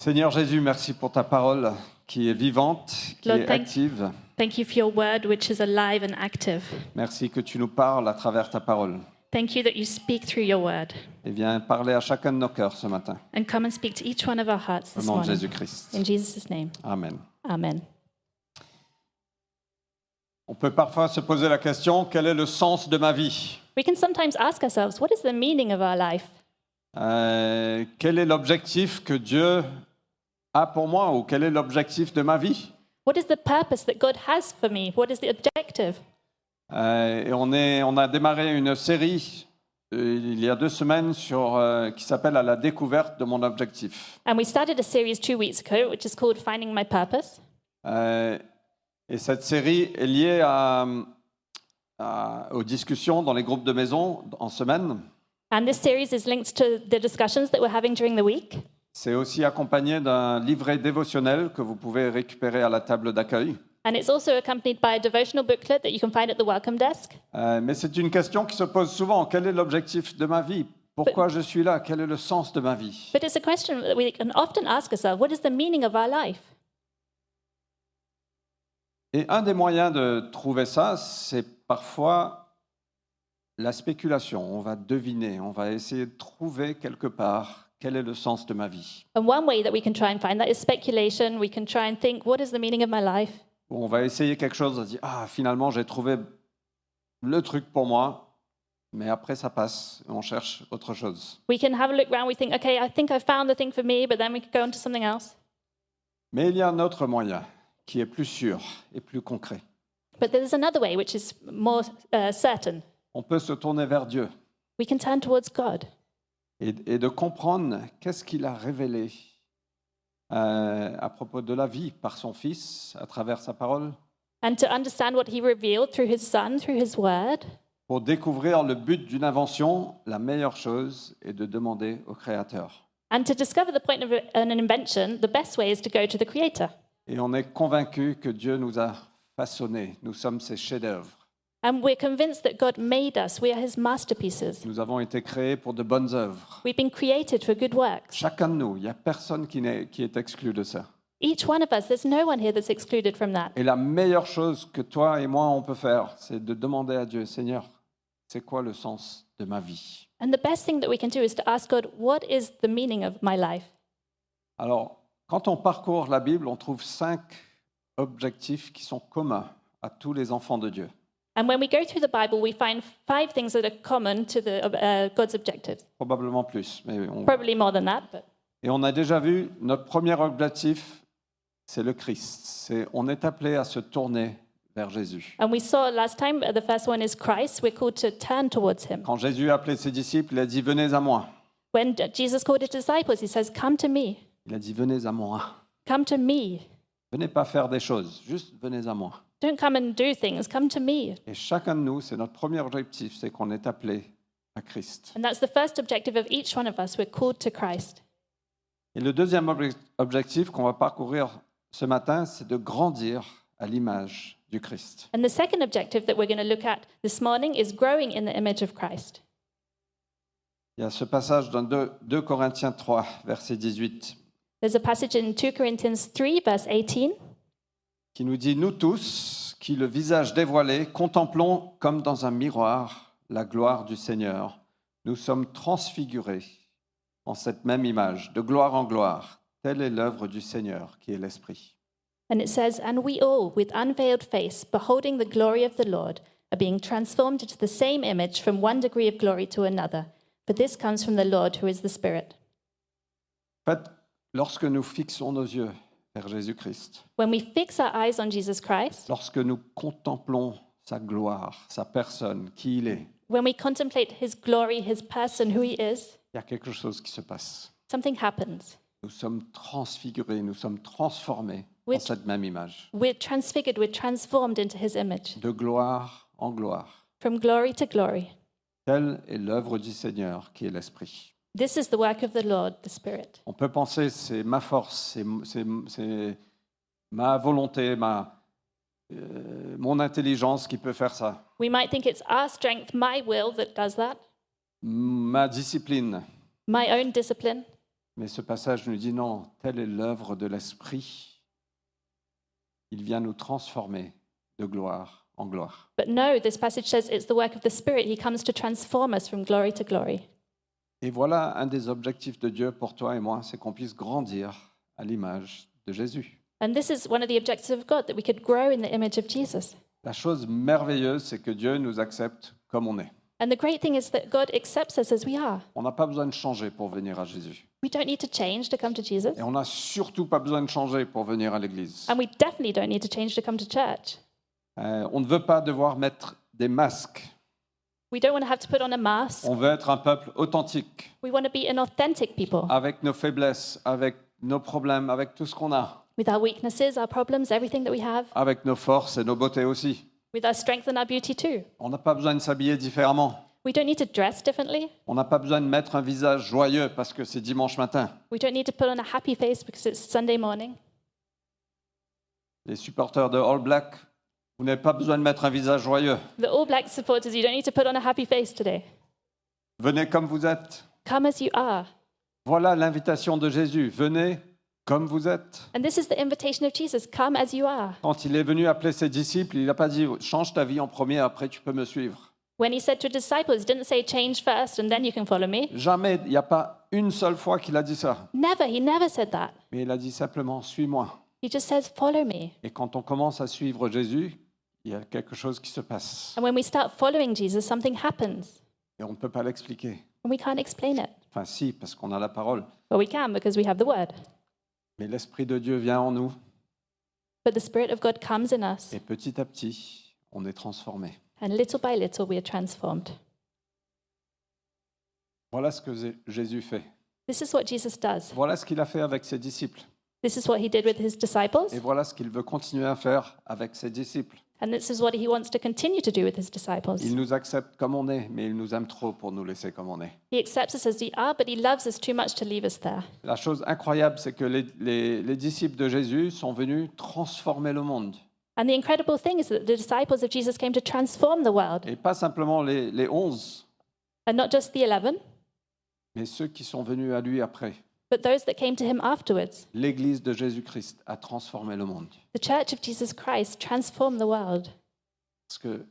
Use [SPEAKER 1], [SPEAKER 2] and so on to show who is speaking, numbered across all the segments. [SPEAKER 1] Seigneur Jésus, merci pour ta parole qui est vivante, qui
[SPEAKER 2] Lord,
[SPEAKER 1] est
[SPEAKER 2] thank-
[SPEAKER 1] active.
[SPEAKER 2] Thank you for your word, which is alive and active.
[SPEAKER 1] Merci que tu nous parles à travers ta parole.
[SPEAKER 2] Thank you that you speak through your word.
[SPEAKER 1] Et viens parler à chacun de nos cœurs ce matin.
[SPEAKER 2] And come and speak to each one of our hearts
[SPEAKER 1] Au
[SPEAKER 2] this
[SPEAKER 1] nom de
[SPEAKER 2] morning.
[SPEAKER 1] Jésus-Christ.
[SPEAKER 2] In Jesus' name,
[SPEAKER 1] Amen.
[SPEAKER 2] amen.
[SPEAKER 1] On peut parfois se poser la question, quel est le sens de ma vie
[SPEAKER 2] We can sometimes ask ourselves, what is the meaning of our life?
[SPEAKER 1] Euh, Quel est l'objectif que Dieu a pour moi ou quel est l'objectif de ma vie
[SPEAKER 2] What is the purpose that God has for me? What is the objective?
[SPEAKER 1] Euh, Et on, est, on a démarré une série euh, il y a deux semaines sur, euh, qui s'appelle À la découverte de mon objectif.
[SPEAKER 2] And we started a series two weeks ago, which is called Finding My Purpose.
[SPEAKER 1] Euh, et cette série est liée à- à- aux discussions dans les groupes de maison en semaine.
[SPEAKER 2] And this series is linked to the discussions that we're having during the week.
[SPEAKER 1] C'est aussi accompagné d'un livret dévotionnel que vous pouvez récupérer à la table d'accueil.
[SPEAKER 2] And it's also accompanied by a devotional booklet that you can find at the welcome desk.
[SPEAKER 1] Euh, mais c'est une question qui se pose souvent. Quel est l'objectif de ma vie Pourquoi je suis là Quel est le sens de ma vie
[SPEAKER 2] But it's a question that we can often ask ourselves what is the meaning of our life?
[SPEAKER 1] Et un des moyens de trouver ça, c'est parfois la spéculation. On va deviner, on va essayer de trouver quelque part quel est le sens de ma vie.
[SPEAKER 2] And one way that we can try and find that is speculation. We can try and think, what is the meaning of my life?
[SPEAKER 1] où on va essayer quelque chose, on se dit ah finalement j'ai trouvé le truc pour moi, mais après ça passe, et on cherche autre chose.
[SPEAKER 2] We can have a look around, we think, okay, I think I found the thing for me, but then we could go on to something else.
[SPEAKER 1] Mais il y a un autre moyen qui est plus sûr et plus concret.
[SPEAKER 2] But there's another way, which is more uh, certain.
[SPEAKER 1] On peut se tourner vers Dieu
[SPEAKER 2] We can turn towards God
[SPEAKER 1] et, et de comprendre qu'est-ce qu'il a révélé euh, à propos de la vie par son Fils, à travers sa parole,
[SPEAKER 2] and to understand what He revealed through His Son, through His Word,
[SPEAKER 1] pour découvrir le but d'une invention. La meilleure chose est de demander au Créateur.
[SPEAKER 2] and to discover the point of uh, an invention. The best way is to go to the Creator.
[SPEAKER 1] Et on est convaincu que Dieu nous a façonnés. Nous sommes ses chefs-d'œuvre.
[SPEAKER 2] And we're convinced that God made us, we are His masterpieces.
[SPEAKER 1] Nous avons été créés pour de bonnes œuvres.
[SPEAKER 2] We've been created for good works.
[SPEAKER 1] Chacun de nous, il n'y a personne qui, n'est- qui est exclu de ça.
[SPEAKER 2] Each one of us, there's no one here that's excluded from that.
[SPEAKER 1] Et la meilleure chose que toi et moi, on peut faire, c'est de demander à Dieu, Seigneur, c'est quoi le sens de ma vie
[SPEAKER 2] And the best thing that we can do is to ask God, what is the meaning of my life?
[SPEAKER 1] Alors, quand on parcourt la Bible, on trouve cinq objectifs qui sont communs à tous les enfants de Dieu.
[SPEAKER 2] And when we go through the Bible, we find five things that are common to the, uh, God's objectives.
[SPEAKER 1] Probablement plus. Mais on-
[SPEAKER 2] Probably more than that, but.
[SPEAKER 1] Et on a déjà vu, notre premier objectif, c'est le Christ. C'est, on est appelé à se tourner vers Jésus.
[SPEAKER 2] And we saw last time uh, the first one is Christ. We're called to turn towards him.
[SPEAKER 1] Quand Jésus a appelé ses disciples, il a dit, venez à moi.
[SPEAKER 2] When d- Jesus called his disciples, he says, Come to me.
[SPEAKER 1] Il a dit venez à moi.
[SPEAKER 2] Come to me.
[SPEAKER 1] Venez pas faire des choses, juste venez à moi.
[SPEAKER 2] Don't come and do things. Come to me.
[SPEAKER 1] Et chacun de nous, c'est notre premier objectif, c'est qu'on est appelé à Christ.
[SPEAKER 2] And that's the first objective of each one of us. We're called to Christ.
[SPEAKER 1] Et le deuxième obje- objectif qu'on va parcourir ce matin, c'est de grandir à l'image du Christ.
[SPEAKER 2] And the second objective that we're going to look at this morning is growing in the image of Christ.
[SPEAKER 1] Il y a ce passage dans 2, 2 Corinthiens 3, verset 18,
[SPEAKER 2] There's a passage in 2 Corinthians 3, verse 18.
[SPEAKER 1] qui nous dit, nous tous, qui le visage dévoilé, contemplons comme dans un miroir la gloire du Seigneur, nous sommes transfigurés en cette même image, de gloire en gloire. Telle est l'œuvre du Seigneur qui est l'Esprit.
[SPEAKER 2] And it says, And we all, with unveiled face, beholding the glory of the Lord, are being transformed into the same image from one degree of glory to another. For this comes from the Lord who is the Spirit.
[SPEAKER 1] En fait, lorsque nous fixons nos yeux vers Jésus-Christ,
[SPEAKER 2] When we fix our eyes on Jesus Christ,
[SPEAKER 1] lorsque nous contemplons sa gloire, sa personne, qui il est,
[SPEAKER 2] when we contemplate his glory, his person, who he is,
[SPEAKER 1] il y a quelque chose qui se passe.
[SPEAKER 2] something happens.
[SPEAKER 1] Nous sommes transfigurés, nous sommes transformés en
[SPEAKER 2] Oui.
[SPEAKER 1] cette même image,
[SPEAKER 2] We're transfigured, we're transformed into his image,
[SPEAKER 1] de gloire en gloire.
[SPEAKER 2] from glory to glory.
[SPEAKER 1] Telle est l'œuvre du Seigneur qui est l'Esprit.
[SPEAKER 2] This is the work of the Lord, the Spirit.
[SPEAKER 1] On peut penser c'est ma force, c'est- c'est c'est ma volonté, ma, euh, mon intelligence qui peut faire ça,
[SPEAKER 2] We might think it's our strength, my will, that does that,
[SPEAKER 1] ma discipline,
[SPEAKER 2] my own discipline,
[SPEAKER 1] Mais ce passage nous dit non, telle est l'œuvre de l'Esprit. Il vient nous transformer de gloire en gloire.
[SPEAKER 2] But no, this passage says it's the work of the Spirit. He comes to transform us from glory to glory.
[SPEAKER 1] Et voilà un des objectifs de Dieu pour toi et moi, c'est qu'on puisse grandir à l'image de Jésus.
[SPEAKER 2] And this is one of the objectives of God, that we could grow in the image of Jesus.
[SPEAKER 1] La chose merveilleuse, c'est que Dieu nous accepte comme on est.
[SPEAKER 2] And the great thing is that God accepts us as we are.
[SPEAKER 1] On n'a pas besoin de changer pour venir à Jésus.
[SPEAKER 2] We don't need to change to come to Jesus.
[SPEAKER 1] Et on n'a surtout pas besoin de changer pour venir à l'Église.
[SPEAKER 2] And we definitely don't need to change to come to church.
[SPEAKER 1] Euh, on ne veut pas devoir mettre des masques.
[SPEAKER 2] We don't want to have to put on a mask.
[SPEAKER 1] On veut être un peuple authentique,
[SPEAKER 2] We want to be an authentic people
[SPEAKER 1] avec nos faiblesses, avec nos problèmes, avec tout ce qu'on a,
[SPEAKER 2] with our weaknesses, our problems, everything that we have,
[SPEAKER 1] avec nos forces et nos beautés aussi.
[SPEAKER 2] with our strength and our beauty too.
[SPEAKER 1] On n'a pas besoin de s'habiller différemment.
[SPEAKER 2] We don't need to dress differently.
[SPEAKER 1] On n'a pas besoin de mettre un visage joyeux parce que c'est dimanche matin.
[SPEAKER 2] We don't need to put on a happy face because it's Sunday morning.
[SPEAKER 1] Les supporters de All Black, vous n'avez pas besoin de mettre un visage joyeux.
[SPEAKER 2] The All Black supporters, you don't need to put on a happy face today.
[SPEAKER 1] Venez comme vous êtes.
[SPEAKER 2] Come as you are.
[SPEAKER 1] Voilà l'invitation de Jésus. Venez comme vous êtes.
[SPEAKER 2] And this is the invitation of Jesus come as you are.
[SPEAKER 1] Quand il est venu appeler ses disciples, il n'a pas dit change ta vie en premier, après tu peux me suivre.
[SPEAKER 2] When he said to his disciples, he didn't say change first and then you can follow me.
[SPEAKER 1] Jamais, il n'y a pas une seule fois qu'il a dit ça.
[SPEAKER 2] Never, he never said that.
[SPEAKER 1] Mais il a dit simplement suis-moi.
[SPEAKER 2] He just says, follow me.
[SPEAKER 1] Et quand on commence à suivre Jésus, il y a quelque chose qui se passe.
[SPEAKER 2] And when we start following Jesus, something happens.
[SPEAKER 1] Et on ne peut pas l'expliquer.
[SPEAKER 2] And we can't explain it.
[SPEAKER 1] Enfin, si, parce qu'on a la parole.
[SPEAKER 2] Well, we can because we have the word.
[SPEAKER 1] Mais l'Esprit de Dieu vient en nous.
[SPEAKER 2] But the Spirit of God comes in us,
[SPEAKER 1] Et petit à petit, on est transformé.
[SPEAKER 2] and little by little we are transformed.
[SPEAKER 1] Voilà ce que Zé- Jésus fait.
[SPEAKER 2] This is what Jesus does.
[SPEAKER 1] Voilà ce qu'il a fait avec ses disciples.
[SPEAKER 2] This is what he did with his disciples,
[SPEAKER 1] Et voilà ce qu'il veut continuer à faire avec ses disciples.
[SPEAKER 2] and this is what he wants to continue to do with his disciples.
[SPEAKER 1] Il nous accepte comme on est, mais il nous aime trop pour nous laisser comme on est.
[SPEAKER 2] He accepts us as we are, but he loves us too much to leave us there.
[SPEAKER 1] La chose incroyable, c'est que les, les- les disciples de Jésus sont venus transformer le monde.
[SPEAKER 2] And the incredible thing is that the disciples of Jesus came to transform the world,
[SPEAKER 1] Et pas simplement les, les onze,
[SPEAKER 2] and not just the 11,
[SPEAKER 1] mais ceux qui sont venus à lui après.
[SPEAKER 2] but those that came to him afterwards.
[SPEAKER 1] L'Église de Jésus-Christ a transformé le monde.
[SPEAKER 2] The church of Jesus Christ transformed the world.
[SPEAKER 1] Parce que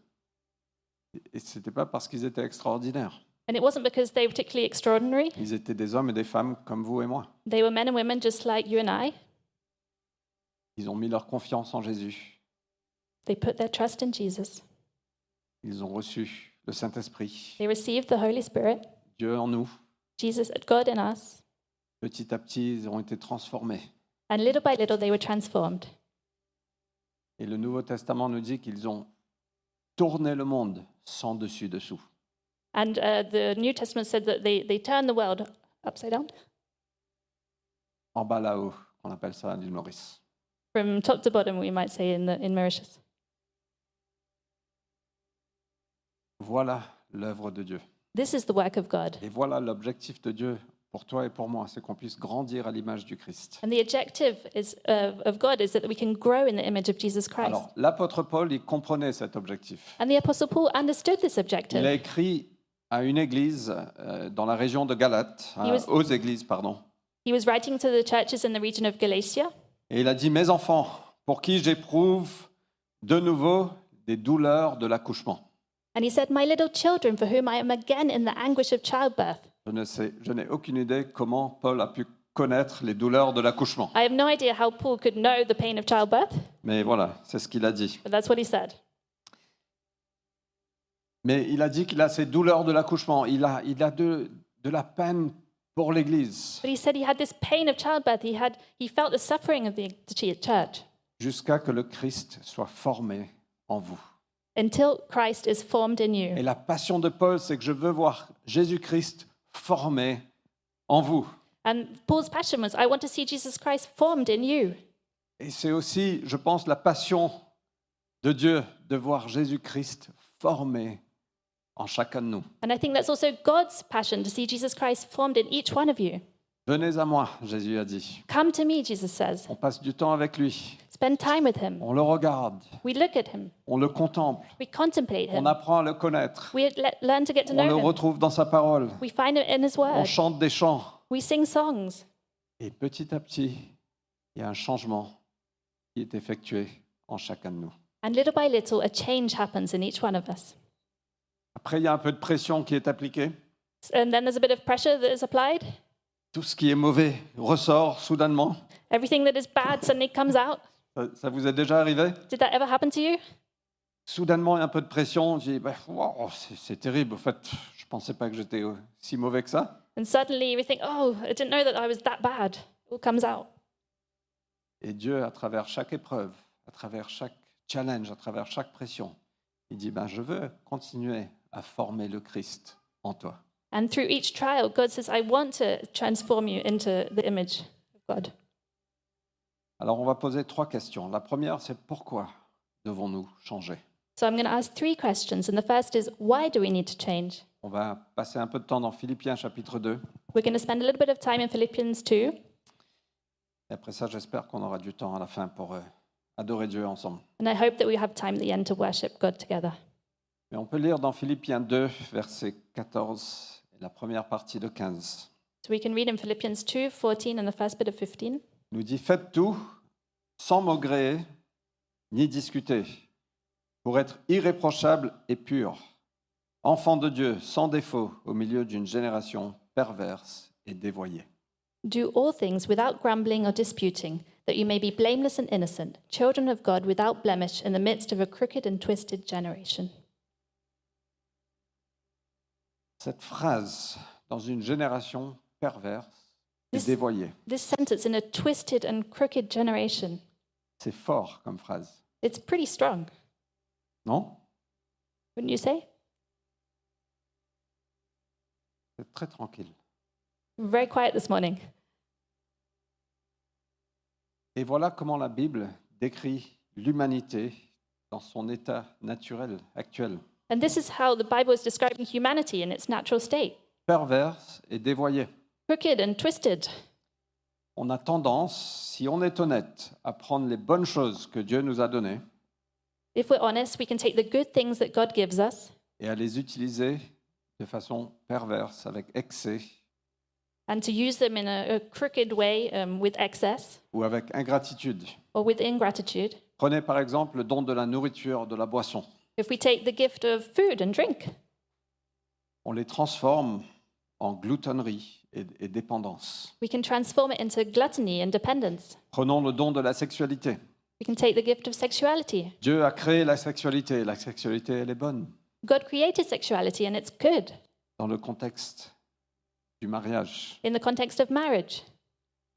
[SPEAKER 1] et ce n'était pas parce qu'ils étaient extraordinaires.
[SPEAKER 2] And it wasn't because they were particularly extraordinary.
[SPEAKER 1] Ils étaient des hommes et des femmes comme vous et moi.
[SPEAKER 2] They were men and women just like you and I.
[SPEAKER 1] Ils ont mis leur confiance en Jésus.
[SPEAKER 2] They put their trust in Jesus.
[SPEAKER 1] Ils ont reçu le Saint-Esprit,
[SPEAKER 2] They received the Holy Spirit,
[SPEAKER 1] Dieu en nous.
[SPEAKER 2] Jesus, God in us,
[SPEAKER 1] Petit à petit, ils ont été transformés.
[SPEAKER 2] and little by little they were transformed.
[SPEAKER 1] Et le Nouveau Testament nous dit qu'ils ont tourné le monde sans dessus-dessous.
[SPEAKER 2] And uh, the New Testament said that they, they turned the world upside down,
[SPEAKER 1] En bas là-haut, on appelle ça l'île Maurice.
[SPEAKER 2] from top to bottom, we might say, in, the, in Mauritius.
[SPEAKER 1] Voilà l'œuvre de Dieu.
[SPEAKER 2] This is the work of God.
[SPEAKER 1] Et voilà l'objectif de Dieu pour toi et pour moi, c'est qu'on puisse grandir à l'image du Christ.
[SPEAKER 2] And the objective is, uh, of God is that we can grow in the image of Jesus Christ.
[SPEAKER 1] Alors, l'apôtre Paul, il comprenait cet objectif.
[SPEAKER 2] And the Apostle Paul understood this
[SPEAKER 1] Il a
[SPEAKER 2] objective.
[SPEAKER 1] écrit à une église euh, dans la région de Galate, à-
[SPEAKER 2] Il was-
[SPEAKER 1] aux églises, pardon.
[SPEAKER 2] He was writing to the churches in the region of Galatia,
[SPEAKER 1] Et il a dit, mes enfants, pour qui j'éprouve de nouveau des douleurs de l'accouchement.
[SPEAKER 2] and he said, My little children, for whom I am again in the anguish of childbirth.
[SPEAKER 1] Je ne sais, je n'ai aucune idée comment Paul a pu connaître les douleurs de l'accouchement.
[SPEAKER 2] I have no idea how Paul could know the pain of childbirth,
[SPEAKER 1] Mais voilà, c'est ce qu'il a dit.
[SPEAKER 2] but that's what he said.
[SPEAKER 1] Mais il a dit qu'il a ces douleurs de l'accouchement. Il a, il a de, de la peine pour l'Église
[SPEAKER 2] But he said he had this pain of childbirth. He had he felt the suffering of the the ch- church
[SPEAKER 1] jusqu'à que le Christ soit formé en vous.
[SPEAKER 2] until Christ is formed in
[SPEAKER 1] Et
[SPEAKER 2] you.
[SPEAKER 1] la passion de Paul, c'est que je veux voir Jésus-Christ formé en vous.
[SPEAKER 2] And Paul's passion was, I want to see Jesus Christ formed in you.
[SPEAKER 1] Et c'est aussi, je pense, la passion de Dieu de voir Jésus-Christ formé en chacun de nous.
[SPEAKER 2] And I think that's also God's passion to see Jesus Christ formed in each one of you.
[SPEAKER 1] Venez à moi, Jésus a dit.
[SPEAKER 2] Come to me, Jesus says.
[SPEAKER 1] On passe du temps avec lui,
[SPEAKER 2] Spend time with him.
[SPEAKER 1] on le regarde,
[SPEAKER 2] We look at him.
[SPEAKER 1] on le contemple,
[SPEAKER 2] We contemplate
[SPEAKER 1] on
[SPEAKER 2] him.
[SPEAKER 1] apprend à le connaître,
[SPEAKER 2] We le- learn to get to
[SPEAKER 1] on le
[SPEAKER 2] know him.
[SPEAKER 1] retrouve dans sa parole,
[SPEAKER 2] We find him in his
[SPEAKER 1] on
[SPEAKER 2] word.
[SPEAKER 1] chante des chants,
[SPEAKER 2] We sing songs.
[SPEAKER 1] Et petit à petit, il y a un changement qui est effectué en chacun de nous.
[SPEAKER 2] And little by little, a change happens in each one of us.
[SPEAKER 1] Après, il y a un peu de pression qui est appliquée.
[SPEAKER 2] And then there's a bit of pressure that is applied.
[SPEAKER 1] Tout ce qui est mauvais ressort soudainement.
[SPEAKER 2] Everything that is bad suddenly comes out.
[SPEAKER 1] Ça, ça vous est déjà arrivé
[SPEAKER 2] Did that ever happen to you?
[SPEAKER 1] Soudainement, il y a un peu de pression. Je dis, bah, wow, c'est c'est terrible. En fait, je ne pensais pas que j'étais euh, si mauvais que ça.
[SPEAKER 2] And suddenly you think, oh, I didn't know that I was that bad. It all comes out.
[SPEAKER 1] Et Dieu, à travers chaque épreuve, à travers chaque challenge, à travers chaque pression, il dit, ben, je veux continuer à former le Christ en toi.
[SPEAKER 2] And through each trial, God says, I want to transform you into the image of God.
[SPEAKER 1] Alors, on va poser trois questions. La première, c'est pourquoi devons-nous changer
[SPEAKER 2] So I'm going to ask three questions. And the first is, why do we need to change?
[SPEAKER 1] On va passer un peu de temps dans Philippiens chapitre 2.
[SPEAKER 2] We're going to spend a little bit of time in Philippians 2.
[SPEAKER 1] Et après ça, j'espère qu'on aura du temps à la fin pour euh, adorer Dieu ensemble.
[SPEAKER 2] And I hope that we have time at the end to worship God together.
[SPEAKER 1] Mais on peut lire dans Philippiens 2, verset 14, et la première partie de 15.
[SPEAKER 2] So we can read in Philippians 2, 14 and the first bit of 15.
[SPEAKER 1] nous dit faites tout sans maugréer ni discuter, pour être irréprochable et pur, enfant de Dieu sans défaut au milieu d'une génération perverse et dévoyée.
[SPEAKER 2] Do all things without grumbling or disputing, that you may be blameless and innocent, children of God without blemish in the midst of a crooked and twisted generation.
[SPEAKER 1] Cette phrase dans une génération perverse et
[SPEAKER 2] This-
[SPEAKER 1] dévoyée,
[SPEAKER 2] This sentence in a twisted and crooked generation,
[SPEAKER 1] c'est fort comme phrase,
[SPEAKER 2] it's pretty strong,
[SPEAKER 1] non
[SPEAKER 2] wouldn't you say?
[SPEAKER 1] C'est très tranquille.
[SPEAKER 2] We're very quiet this morning.
[SPEAKER 1] Et voilà comment la Bible décrit l'humanité dans son état naturel actuel,
[SPEAKER 2] And this is how the Bible is describing humanity in its natural state
[SPEAKER 1] perverse et dévoyée.
[SPEAKER 2] crooked and twisted.
[SPEAKER 1] On a tendance, si on est honnête, à prendre les bonnes choses que Dieu nous a données
[SPEAKER 2] If we're honest, we can take the good things that God gives us
[SPEAKER 1] et à les utiliser de façon perverse, avec excès
[SPEAKER 2] and to use them in a, a crooked way um, with excess
[SPEAKER 1] ou avec ingratitude.
[SPEAKER 2] or with ingratitude.
[SPEAKER 1] Prenez par exemple le don de la nourriture, de la boisson.
[SPEAKER 2] If we take the gift of food and drink,
[SPEAKER 1] On les transforme en gloutonnerie et, et dépendance.
[SPEAKER 2] we can transform it into gluttony and dependence.
[SPEAKER 1] Prenons le don de la sexualité.
[SPEAKER 2] We can take the gift of sexuality.
[SPEAKER 1] Dieu a créé la sexualité. La sexualité, elle est bonne
[SPEAKER 2] God created sexuality and it's good
[SPEAKER 1] dans le contexte du mariage.
[SPEAKER 2] in the context of marriage.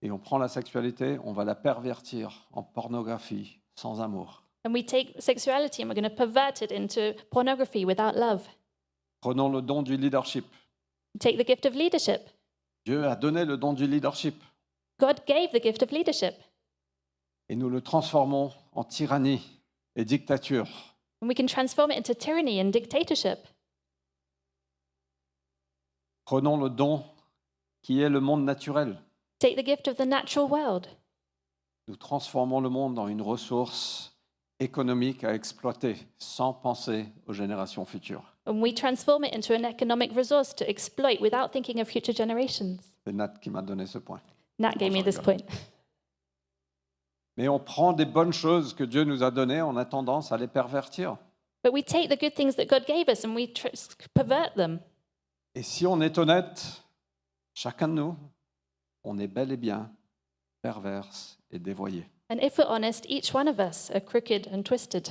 [SPEAKER 1] Et on prend la sexualité, on va la pervertir en pornographie, sans amour.
[SPEAKER 2] And we take sexuality and we're going to pervert it into pornography without love.
[SPEAKER 1] Prenons le don du leadership.
[SPEAKER 2] We take the gift of leadership.
[SPEAKER 1] Dieu a donné le don du leadership
[SPEAKER 2] God gave the gift of leadership
[SPEAKER 1] et nous le transformons en tyrannie et dictature.
[SPEAKER 2] and we can transform it into tyranny and dictatorship.
[SPEAKER 1] Prenons le don qui est le monde naturel.
[SPEAKER 2] Take the gift of the natural world.
[SPEAKER 1] Nous transformons le monde en une ressource économique à exploiter sans penser aux générations futures.
[SPEAKER 2] And we transform it into an economic resource to exploit without thinking of future generations.
[SPEAKER 1] C'est Nat qui m'a donné ce point.
[SPEAKER 2] Nat gave me this point.
[SPEAKER 1] Mais on prend des bonnes choses que Dieu nous a données, on a tendance à les pervertir.
[SPEAKER 2] But we take the good things that God gave us and we tr- pervert them.
[SPEAKER 1] Et si on est honnête, chacun de nous, on est bel et bien perverse et dévoyé.
[SPEAKER 2] And if we're honest, each one of us are crooked and twisted.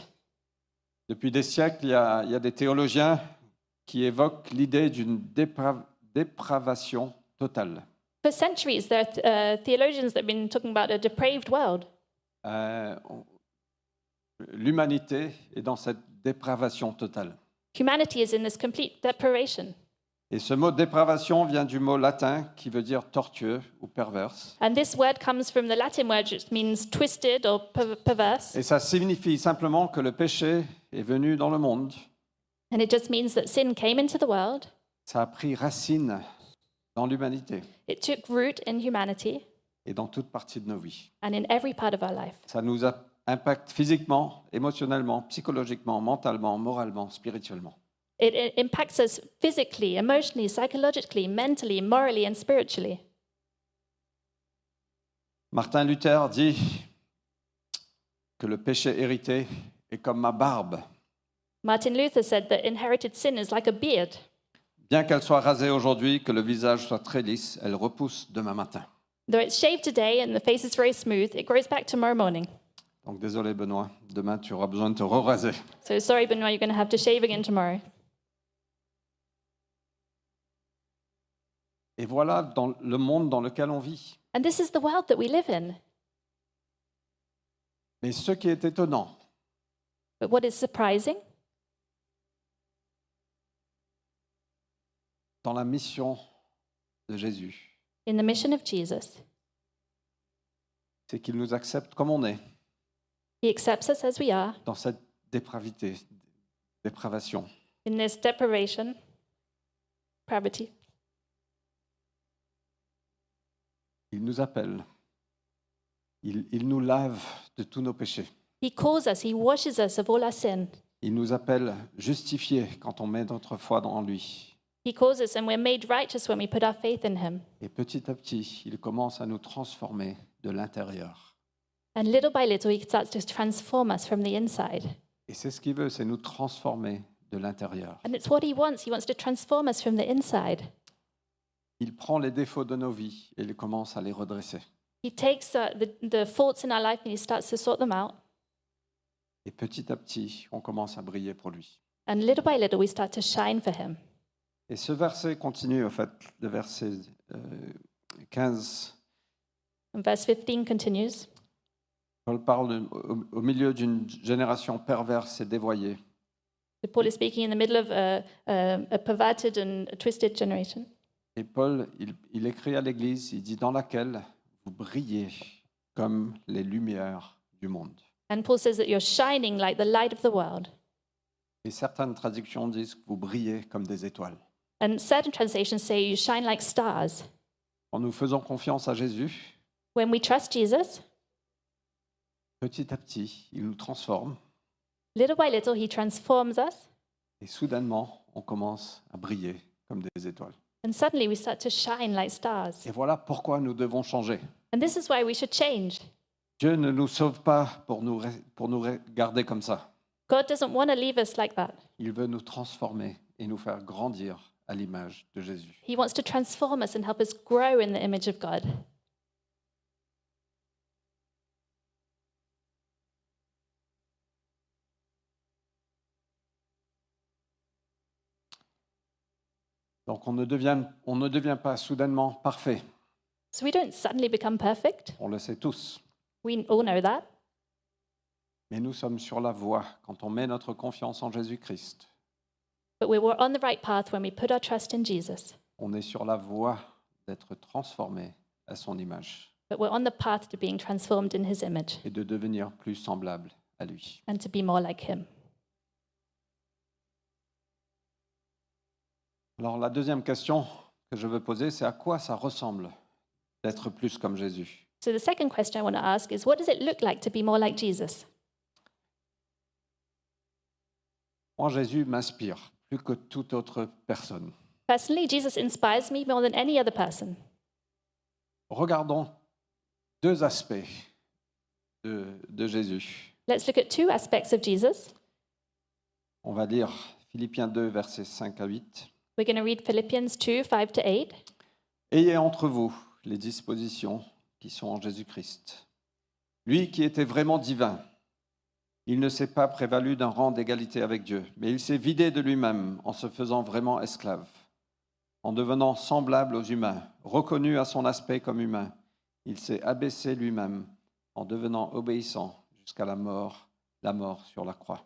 [SPEAKER 1] Depuis des siècles, il y a, il y a des théologiens qui évoquent l'idée d'une dépra- dépravation totale.
[SPEAKER 2] For centuries, there are th- uh, theologians that have been talking about a depraved world.
[SPEAKER 1] Euh, on- L'humanité est dans cette dépravation totale.
[SPEAKER 2] Humanity is in this complete depravation.
[SPEAKER 1] Et ce mot dépravation vient du mot latin qui veut dire tortueux ou perverse.
[SPEAKER 2] And this word comes from the Latin word which means twisted or per- perverse.
[SPEAKER 1] Et ça signifie simplement que le péché est venu dans le monde.
[SPEAKER 2] And it just means that sin came into the world,
[SPEAKER 1] Ça a pris racine dans l'humanité
[SPEAKER 2] it took root in humanity
[SPEAKER 1] et dans toute partie de nos vies.
[SPEAKER 2] and in every part of our life.
[SPEAKER 1] Ça nous a- impacte physiquement, émotionnellement, psychologiquement, mentalement, moralement, spirituellement.
[SPEAKER 2] It, it impacts us physically, emotionally, psychologically, mentally, morally, and spiritually.
[SPEAKER 1] Martin Luther dit que le péché hérité est comme ma barbe.
[SPEAKER 2] Martin Luther said that inherited sin is like a beard.
[SPEAKER 1] Bien qu'elle soit rasée aujourd'hui, que le visage soit très lisse, elle repousse demain matin.
[SPEAKER 2] Though it's shaved today and the face is very smooth, it grows back tomorrow morning.
[SPEAKER 1] Donc désolé Benoît, demain tu auras besoin de te re-raser.
[SPEAKER 2] So sorry, Benoit, you're going to have to shave again tomorrow.
[SPEAKER 1] Et voilà dans le monde dans lequel on vit.
[SPEAKER 2] And this is the world that we live in.
[SPEAKER 1] Mais ce qui est étonnant,
[SPEAKER 2] But what is surprising
[SPEAKER 1] dans la mission de Jésus,
[SPEAKER 2] in the mission of Jesus,
[SPEAKER 1] c'est qu'il nous accepte comme on est,
[SPEAKER 2] he accepts us as we are
[SPEAKER 1] dans cette dépravité, dépravation.
[SPEAKER 2] in this deprivation, depravity.
[SPEAKER 1] Il nous appelle. Il, il nous lave de tous nos péchés.
[SPEAKER 2] He calls us, he washes us of all our sin.
[SPEAKER 1] Il nous appelle justifiés quand on met notre foi en lui.
[SPEAKER 2] He calls us, and we're made righteous when we put our faith in him.
[SPEAKER 1] Et petit à petit, il commence à nous transformer de l'intérieur.
[SPEAKER 2] And little by little, he starts to transform us from the inside.
[SPEAKER 1] Et c'est ce qu'il veut, c'est nous transformer de l'intérieur.
[SPEAKER 2] And it's what he wants. He wants to transform us from the inside.
[SPEAKER 1] Il prend les défauts de nos vies et il commence à les redresser.
[SPEAKER 2] He takes uh, the, the faults in our life and he starts to sort them out.
[SPEAKER 1] Et petit à petit, on commence à briller pour lui.
[SPEAKER 2] And little by little, we start to shine for him.
[SPEAKER 1] Et ce verset continue, en fait, le verset euh, 15.
[SPEAKER 2] And verse 15 continues
[SPEAKER 1] Paul parle de- au, au milieu d'une génération perverse et dévoyée.
[SPEAKER 2] Paul is speaking in the middle of a, a, a perverted and twisted generation.
[SPEAKER 1] Et Paul, il, il écrit à l'Église, il dit dans laquelle vous brillez comme les lumières du monde.
[SPEAKER 2] And Paul says that you're shining like the light of the world.
[SPEAKER 1] Et certaines traductions disent que vous brillez comme des étoiles.
[SPEAKER 2] And certain translations say you shine like stars.
[SPEAKER 1] En nous faisant confiance à Jésus,
[SPEAKER 2] When we trust Jesus,
[SPEAKER 1] petit à petit, il nous transforme
[SPEAKER 2] little by little, he transforms us.
[SPEAKER 1] et soudainement, on commence à briller comme des étoiles.
[SPEAKER 2] And suddenly, we start to shine like stars.
[SPEAKER 1] Et voilà pourquoi nous devons changer.
[SPEAKER 2] And this is why we should change.
[SPEAKER 1] Dieu ne nous sauve pas pour nous, re- pour nous re- garder comme ça.
[SPEAKER 2] God doesn't want to leave us like that.
[SPEAKER 1] Il veut nous transformer et nous faire grandir à l'image de Jésus.
[SPEAKER 2] He wants to transform us and help us grow in the image of God.
[SPEAKER 1] Donc on ne devient, on ne devient pas soudainement parfait.
[SPEAKER 2] So we don't suddenly become perfect.
[SPEAKER 1] On le sait tous.
[SPEAKER 2] We all know that.
[SPEAKER 1] Mais nous sommes sur la voie quand on met notre confiance en Jésus-Christ.
[SPEAKER 2] But we were on the right path when we put our trust in Jesus.
[SPEAKER 1] On est sur la voie d'être transformé à son image
[SPEAKER 2] But we're on the path to being transformed in his image
[SPEAKER 1] et de devenir plus semblable à lui.
[SPEAKER 2] and to be more like him.
[SPEAKER 1] Alors la deuxième question que je veux poser, c'est à quoi ça ressemble d'être plus comme Jésus
[SPEAKER 2] So the second question I want to ask is what does it look like to be more like Jesus?
[SPEAKER 1] Moi, Jésus m'inspire plus que toute autre personne.
[SPEAKER 2] Personally, Jesus inspires me more than any other person.
[SPEAKER 1] Regardons deux aspects de, de Jésus.
[SPEAKER 2] Let's look at two aspects of Jesus.
[SPEAKER 1] On va lire Philippiens 2, versets 5 à 8.
[SPEAKER 2] We're going to read Philippians 2 5 to 8.
[SPEAKER 1] Ayez entre vous les dispositions qui sont en Jésus-Christ. Lui qui était vraiment divin, il ne s'est pas prévalu d'un rang d'égalité avec Dieu, mais il s'est vidé de lui-même en se faisant vraiment esclave, en devenant semblable aux humains, reconnu à son aspect comme humain. Il s'est abaissé lui-même en devenant obéissant jusqu'à la mort, la mort sur la croix.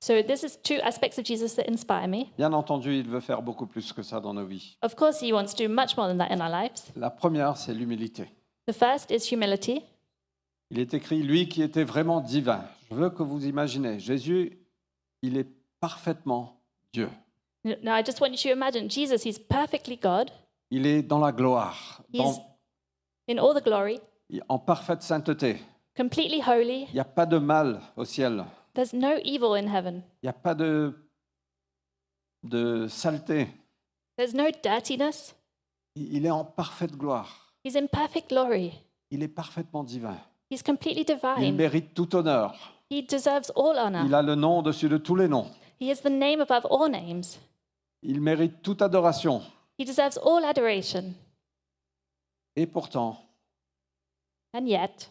[SPEAKER 2] So, this is two aspects of Jesus that inspire me.
[SPEAKER 1] Bien entendu, il veut faire beaucoup plus que ça dans nos vies.
[SPEAKER 2] Of course, he wants to do much more than that in our lives.
[SPEAKER 1] La première, c'est l'humilité.
[SPEAKER 2] The first is humility.
[SPEAKER 1] Il est écrit, lui qui était vraiment divin. Je veux que vous imaginez, Jésus, il est parfaitement Dieu.
[SPEAKER 2] Now, I just want you to imagine Jesus, he's perfectly God
[SPEAKER 1] Il est dans la gloire, dans-
[SPEAKER 2] in all the glory,
[SPEAKER 1] en parfaite sainteté.
[SPEAKER 2] completely holy.
[SPEAKER 1] Il n'y a pas de mal au ciel.
[SPEAKER 2] There's no evil in heaven,
[SPEAKER 1] Il n'y a pas de, de saleté.
[SPEAKER 2] there's no dirtiness.
[SPEAKER 1] Il il est en parfaite gloire.
[SPEAKER 2] He's in perfect glory.
[SPEAKER 1] Il est parfaitement divin.
[SPEAKER 2] He's completely
[SPEAKER 1] Il
[SPEAKER 2] divine.
[SPEAKER 1] mérite tout honneur.
[SPEAKER 2] He deserves all honor.
[SPEAKER 1] Il a le nom au-dessus de tous les noms.
[SPEAKER 2] He is the name above all names.
[SPEAKER 1] Il mérite toute adoration.
[SPEAKER 2] He deserves all adoration.
[SPEAKER 1] Et pourtant,
[SPEAKER 2] And yet,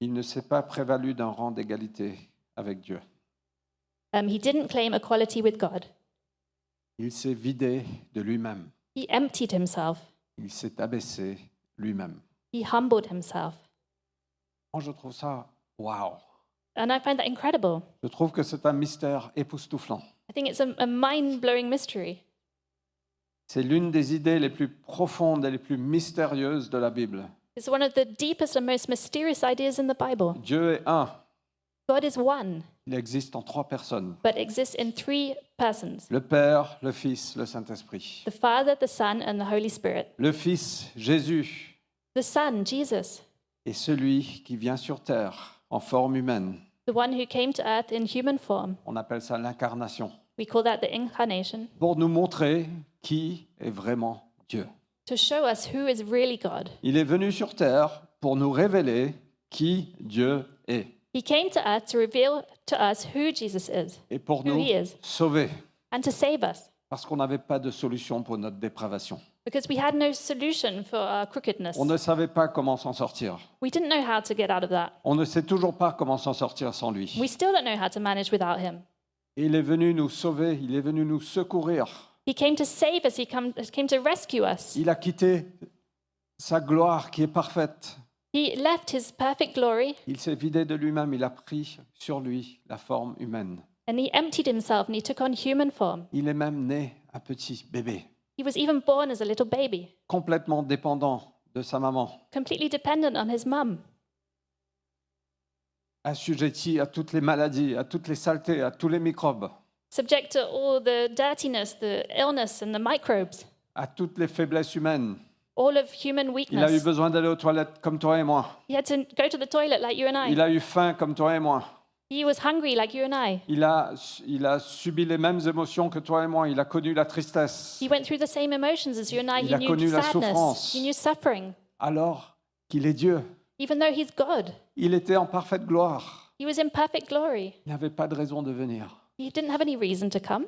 [SPEAKER 1] il ne s'est pas prévalu d'un rang d'égalité avec Dieu.
[SPEAKER 2] um, he didn't claim equality with God.
[SPEAKER 1] Il s'est vidé de lui-même.
[SPEAKER 2] He emptied himself.
[SPEAKER 1] Il s'est abaissé lui-même.
[SPEAKER 2] He humbled himself.
[SPEAKER 1] Moi, je trouve ça waouh.
[SPEAKER 2] And I find that incredible.
[SPEAKER 1] Je trouve que c'est un mystère époustouflant.
[SPEAKER 2] I think it's a, a mind blowing mystery.
[SPEAKER 1] C'est l'une des idées les plus profondes et les plus mystérieuses de la Bible.
[SPEAKER 2] It's one of the deepest and most mysterious ideas in the Bible.
[SPEAKER 1] Dieu est un.
[SPEAKER 2] God is one,
[SPEAKER 1] Il existe en trois personnes.
[SPEAKER 2] but exists in three persons
[SPEAKER 1] Le Père, le Fils, le Saint-Esprit.
[SPEAKER 2] the Father, the Son, and the Holy Spirit.
[SPEAKER 1] Le Fils, Jésus,
[SPEAKER 2] The Son, Jesus,
[SPEAKER 1] est celui qui vient sur terre en forme humaine.
[SPEAKER 2] the one who came to earth in human form.
[SPEAKER 1] On appelle ça l'incarnation.
[SPEAKER 2] We call that the incarnation,
[SPEAKER 1] Pour nous montrer qui est vraiment Dieu.
[SPEAKER 2] to show us who is really God.
[SPEAKER 1] Il est venu sur terre pour nous révéler qui Dieu est
[SPEAKER 2] He came to earth to reveal to us who Jesus is
[SPEAKER 1] et pour
[SPEAKER 2] Who
[SPEAKER 1] nous
[SPEAKER 2] he is.
[SPEAKER 1] sauver
[SPEAKER 2] and to save us,
[SPEAKER 1] parce qu'on n'avait pas de solution pour notre dépravation.
[SPEAKER 2] because we had no solution for our crookedness.
[SPEAKER 1] On ne savait pas comment s'en sortir.
[SPEAKER 2] We didn't know how to get out of that.
[SPEAKER 1] On ne sait toujours pas comment s'en sortir sans lui.
[SPEAKER 2] We still don't know how to manage without him.
[SPEAKER 1] Et Il est venu nous sauver, il est venu nous secourir.
[SPEAKER 2] He came to save us, he come, came to rescue us.
[SPEAKER 1] Il a quitté sa gloire qui est parfaite.
[SPEAKER 2] He left his perfect glory
[SPEAKER 1] Il s'est vidé de lui-même, il a pris sur lui la forme humaine.
[SPEAKER 2] and he emptied himself and he took on human form.
[SPEAKER 1] Il est même né un petit bébé,
[SPEAKER 2] He was even born as a little baby,
[SPEAKER 1] complètement dépendant de sa maman.
[SPEAKER 2] completely dependent on his mum,
[SPEAKER 1] assujetti à toutes les maladies, à toutes les saletés, à tous les microbes,
[SPEAKER 2] subject to all the dirtiness, the illness, and the microbes,
[SPEAKER 1] à toutes les faiblesses humaines.
[SPEAKER 2] all of human
[SPEAKER 1] Il a eu
[SPEAKER 2] weakness.
[SPEAKER 1] besoin d'aller aux toilettes comme toi et moi.
[SPEAKER 2] He had to go to the toilet like you and I.
[SPEAKER 1] Il a eu faim comme toi et moi.
[SPEAKER 2] He was hungry like you and I.
[SPEAKER 1] Il a, il a subi les mêmes émotions que toi et moi. Il a connu la tristesse
[SPEAKER 2] He went through the same emotions as you and I.
[SPEAKER 1] Il
[SPEAKER 2] he
[SPEAKER 1] a connu
[SPEAKER 2] knew
[SPEAKER 1] la
[SPEAKER 2] sadness.
[SPEAKER 1] souffrance.
[SPEAKER 2] He knew suffering.
[SPEAKER 1] alors qu'il est Dieu.
[SPEAKER 2] Even though he's God,
[SPEAKER 1] Il était en parfaite gloire.
[SPEAKER 2] he was in perfect glory.
[SPEAKER 1] Il n'avait pas de raison de venir,
[SPEAKER 2] He didn't have any reason to come,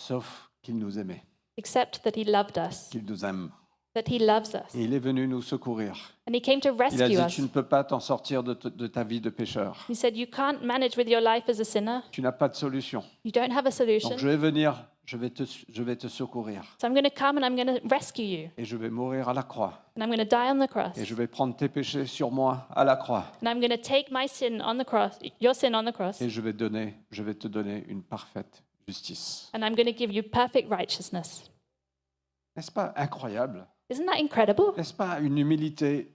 [SPEAKER 1] sauf qu'il nous aimait,
[SPEAKER 2] except that he loved us,
[SPEAKER 1] qu'il nous aime.
[SPEAKER 2] that he loves us.
[SPEAKER 1] Et il est venu nous secourir.
[SPEAKER 2] And he came to
[SPEAKER 1] Il a
[SPEAKER 2] rescue
[SPEAKER 1] dit,
[SPEAKER 2] us.
[SPEAKER 1] tu ne peux pas t'en sortir de, t- de ta vie de pécheur.
[SPEAKER 2] He said, You can't manage with your life as a sinner.
[SPEAKER 1] Tu n'as pas de solution.
[SPEAKER 2] You don't have a solution.
[SPEAKER 1] Donc je vais venir, je vais te, je vais te secourir
[SPEAKER 2] So I'm going to come and I'm going to rescue you.
[SPEAKER 1] et je vais mourir à la croix
[SPEAKER 2] And I'm going to die on the cross.
[SPEAKER 1] et je vais prendre tes péchés sur moi à la croix
[SPEAKER 2] And I'm going to take my sin on the cross, your sin on the cross,
[SPEAKER 1] et je vais donner, je vais te donner une parfaite justice.
[SPEAKER 2] and I'm going to give you perfect righteousness.
[SPEAKER 1] N'est-ce pas incroyable
[SPEAKER 2] Isn't that incredible?
[SPEAKER 1] N'est-ce pas une humilité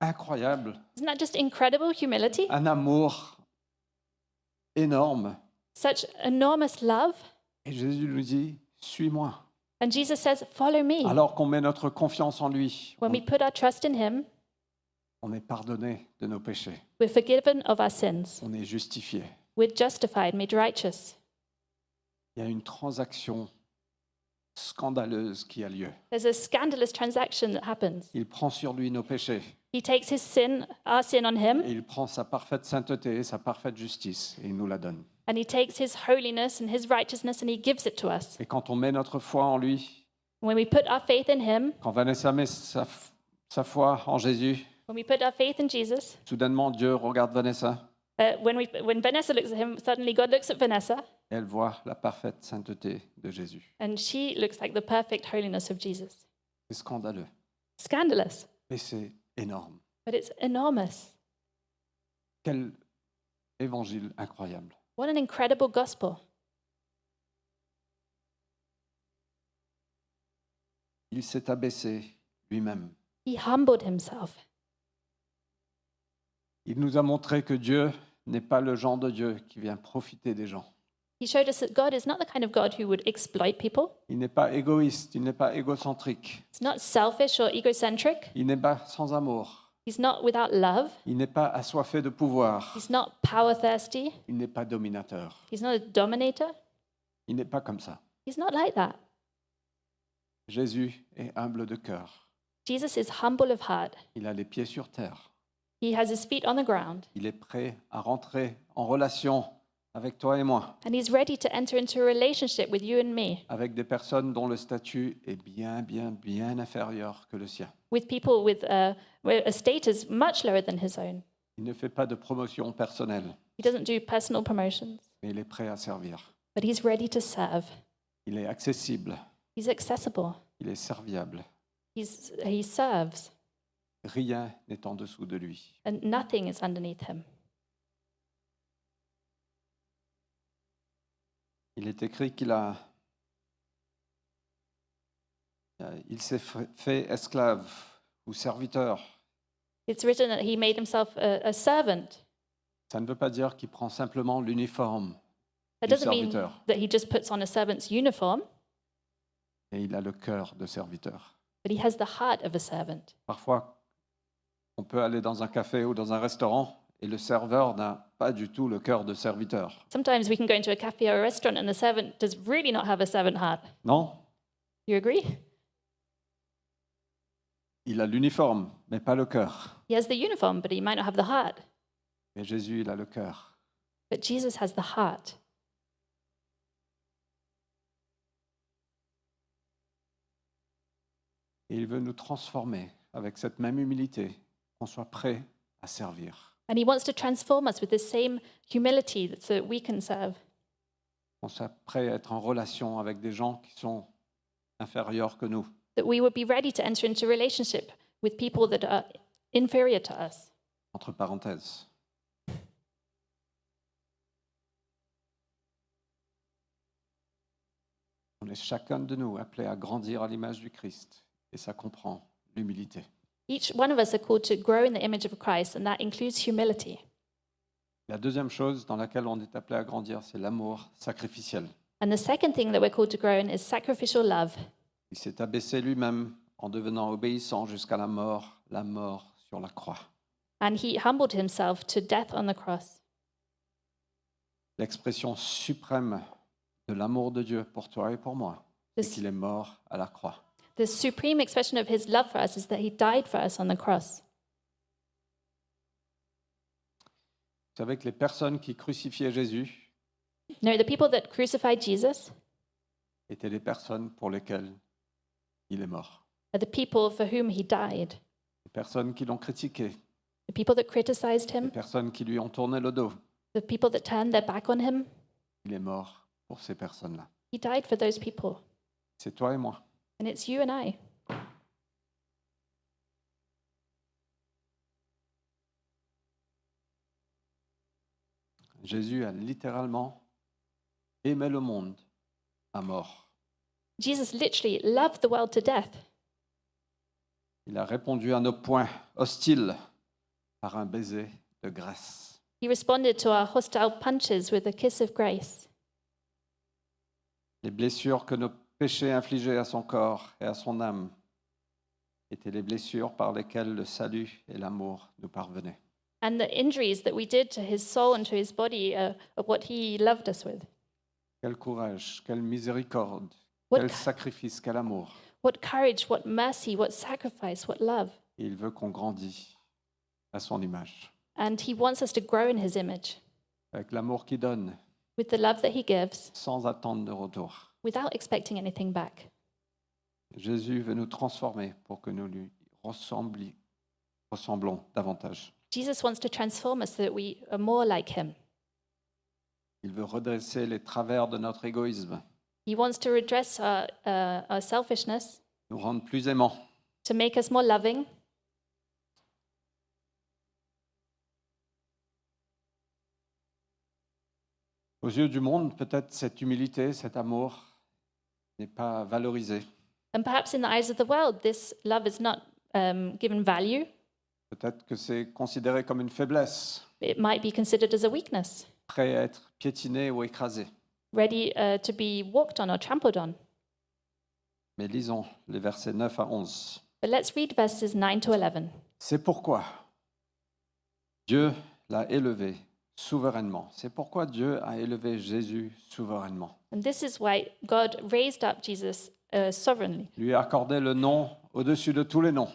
[SPEAKER 1] incroyable
[SPEAKER 2] Isn't that just incredible humility?
[SPEAKER 1] Un amour énorme
[SPEAKER 2] Such enormous love.
[SPEAKER 1] et Jésus nous dit suis-moi.
[SPEAKER 2] And Jesus says, Follow me.
[SPEAKER 1] Alors qu'on met notre confiance en lui,
[SPEAKER 2] When we put our trust in him,
[SPEAKER 1] on est pardonné de nos péchés,
[SPEAKER 2] we're forgiven of our sins.
[SPEAKER 1] on est justifié.
[SPEAKER 2] We're justified, made righteous.
[SPEAKER 1] Il y a une transaction scandaleuse qui a lieu.
[SPEAKER 2] There's a scandalous transaction that happens.
[SPEAKER 1] Il prend sur lui nos péchés
[SPEAKER 2] He takes his sin, our sin on him,
[SPEAKER 1] et il prend sa parfaite sainteté et sa parfaite justice et il nous la donne.
[SPEAKER 2] and he takes his holiness and his righteousness and he gives it to us.
[SPEAKER 1] Et quand on met notre foi en lui,
[SPEAKER 2] When we put our faith in him,
[SPEAKER 1] quand Vanessa met sa, f- sa foi en Jésus,
[SPEAKER 2] when we put our faith in Jesus,
[SPEAKER 1] soudainement Dieu regarde Vanessa
[SPEAKER 2] uh, when, we, when Vanessa looks at him, suddenly God looks at Vanessa
[SPEAKER 1] et elle voit la parfaite sainteté de Jésus.
[SPEAKER 2] and she looks like the perfect holiness of Jesus.
[SPEAKER 1] C'est scandaleux,
[SPEAKER 2] Scandalous,
[SPEAKER 1] mais c'est énorme.
[SPEAKER 2] but it's enormous.
[SPEAKER 1] Quel évangile incroyable.
[SPEAKER 2] What an incredible gospel.
[SPEAKER 1] Il s'est abaissé lui-même.
[SPEAKER 2] He humbled himself.
[SPEAKER 1] Il nous a montré que Dieu n'est pas le genre de Dieu qui vient profiter des gens.
[SPEAKER 2] He showed us that God is not the kind of God who would exploit people.
[SPEAKER 1] Il n'est pas égoïste, il n'est pas égocentrique,
[SPEAKER 2] He's not selfish or egocentric.
[SPEAKER 1] il n'est pas sans amour,
[SPEAKER 2] He's not without love.
[SPEAKER 1] il n'est pas assoiffé de pouvoir,
[SPEAKER 2] He's not power thirsty.
[SPEAKER 1] il n'est pas dominateur,
[SPEAKER 2] He's not a dominator.
[SPEAKER 1] il n'est pas comme ça.
[SPEAKER 2] He's not like that.
[SPEAKER 1] Jésus est humble de cœur,
[SPEAKER 2] Jesus is humble of heart.
[SPEAKER 1] il a les pieds sur terre,
[SPEAKER 2] He has his feet on the ground
[SPEAKER 1] il est prêt à rentrer en relation avec toi et moi,
[SPEAKER 2] and he's ready to enter into a relationship with you and me,
[SPEAKER 1] avec des personnes dont le statut est bien, bien, bien inférieur que le sien.
[SPEAKER 2] with people with a, with a status much lower than his own.
[SPEAKER 1] Il ne fait pas de promotion personnelle,
[SPEAKER 2] He doesn't do personal promotions,
[SPEAKER 1] mais il est prêt à servir.
[SPEAKER 2] but he's ready to serve.
[SPEAKER 1] Il est accessible,
[SPEAKER 2] He's accessible.
[SPEAKER 1] il est serviable.
[SPEAKER 2] He's, he serves,
[SPEAKER 1] Rien n'est en dessous de lui.
[SPEAKER 2] and nothing is underneath him.
[SPEAKER 1] Il est écrit qu'il a... euh, Il s'est f- fait esclave ou serviteur.
[SPEAKER 2] It's written that he made himself a, a servant.
[SPEAKER 1] Ça ne veut pas dire qu'il prend simplement l'uniforme
[SPEAKER 2] That
[SPEAKER 1] Du
[SPEAKER 2] doesn't mean
[SPEAKER 1] serviteur.
[SPEAKER 2] that he just puts on a servant's uniform,
[SPEAKER 1] et il a le cœur de serviteur.
[SPEAKER 2] but he has the heart of a servant.
[SPEAKER 1] Parfois, on peut aller dans un café ou dans un restaurant et le serveur n'a pas du tout le cœur de serviteur.
[SPEAKER 2] Sometimes we can go into a cafe or a restaurant and the servant does really not have a servant heart.
[SPEAKER 1] Non,
[SPEAKER 2] You agree?
[SPEAKER 1] il a l'uniforme, mais pas le cœur.
[SPEAKER 2] He has the uniform, but he might not have the heart.
[SPEAKER 1] Mais Jésus, il a le cœur.
[SPEAKER 2] But Jesus has the heart.
[SPEAKER 1] Et il veut nous transformer avec cette même humilité, qu'on soit prêt à servir,
[SPEAKER 2] And he wants to transform us with the same humility that- so that we can serve.
[SPEAKER 1] qu'on soit prêt à être en relation avec des gens qui sont inférieurs que nous.
[SPEAKER 2] That we would be ready to enter into relationship with people that are inferior to us.
[SPEAKER 1] entre parenthèses. On est chacun de nous appelé à grandir à l'image du Christ, et ça comprend l'humilité.
[SPEAKER 2] Each one of us are called to grow in the image of Christ, and that includes humility.
[SPEAKER 1] La deuxième chose dans laquelle on est appelé à grandir, c'est l'amour sacrificiel.
[SPEAKER 2] And the second thing that we're called to grow in is sacrificial love.
[SPEAKER 1] Il s'est abaissé lui-même en devenant obéissant jusqu'à la mort, la mort sur la croix.
[SPEAKER 2] And he humbled himself to death on the cross.
[SPEAKER 1] L'expression suprême de l'amour de Dieu pour toi et pour moi, c'est
[SPEAKER 2] This-
[SPEAKER 1] qu'il est mort à la croix.
[SPEAKER 2] The supreme expression of his love for us is that he died for us on the cross.
[SPEAKER 1] Vous savez que les personnes qui crucifiaient Jésus,
[SPEAKER 2] No, the people that crucified Jesus
[SPEAKER 1] étaient les personnes pour lesquelles il est mort.
[SPEAKER 2] are the people for whom he died,
[SPEAKER 1] Les personnes qui l'ont critiqué,
[SPEAKER 2] the people that criticized
[SPEAKER 1] les
[SPEAKER 2] him,
[SPEAKER 1] personnes qui lui ont tourné le dos.
[SPEAKER 2] the people that turned their back on him.
[SPEAKER 1] Il est mort pour ces personnes-là.
[SPEAKER 2] He died for those people.
[SPEAKER 1] C'est toi et moi.
[SPEAKER 2] And it's you and I.
[SPEAKER 1] Jésus a littéralement aimé le monde à mort.
[SPEAKER 2] Jesus literally loved the world to death.
[SPEAKER 1] Il a répondu à nos points hostiles par un baiser de grâce.
[SPEAKER 2] He responded to our hostile punches with a kiss of grace.
[SPEAKER 1] Les blessures que nos péchés infligeaient à son corps et à son âme étaient les blessures par lesquelles le salut et l'amour nous parvenaient.
[SPEAKER 2] And the injuries that we did to his soul and to his body are, are what he loved us with.
[SPEAKER 1] Quel courage, quelle miséricorde,
[SPEAKER 2] What-
[SPEAKER 1] quel sacrifice, quel amour.
[SPEAKER 2] What courage, what mercy, what sacrifice, what love.
[SPEAKER 1] Et il veut qu'on grandisse à son image.
[SPEAKER 2] And he wants us to grow in his image
[SPEAKER 1] Avec l'amour qu'il donne,
[SPEAKER 2] with the love that he gives
[SPEAKER 1] sans attendre de retour.
[SPEAKER 2] without expecting anything back.
[SPEAKER 1] Jésus veut nous transformer pour que nous lui ressembli- ressemblons davantage.
[SPEAKER 2] Jesus wants to transform us so that we are more like him.
[SPEAKER 1] Il veut redresser les travers de notre égoïsme,
[SPEAKER 2] He wants to redress our, uh, our selfishness,
[SPEAKER 1] nous rendre plus aimants.
[SPEAKER 2] to make us more loving.
[SPEAKER 1] Aux yeux du monde, peut-être cette humilité, cet amour n'est pas valorisé.
[SPEAKER 2] And perhaps in the eyes of the world, this love is not um, given value.
[SPEAKER 1] Peut-être que c'est considéré comme une faiblesse,
[SPEAKER 2] It might be considered as a weakness,
[SPEAKER 1] prêt à être piétiné ou écrasé.
[SPEAKER 2] ready uh, to be walked on or trampled on.
[SPEAKER 1] Mais lisons les versets 9 à 11.
[SPEAKER 2] But let's read verses 9 to 11.
[SPEAKER 1] C'est pourquoi Dieu l'a élevé souverainement. C'est pourquoi Dieu a élevé Jésus souverainement.
[SPEAKER 2] And this is why God raised up Jesus uh, sovereignly,
[SPEAKER 1] Lui a accordé le nom au-dessus de tous les noms,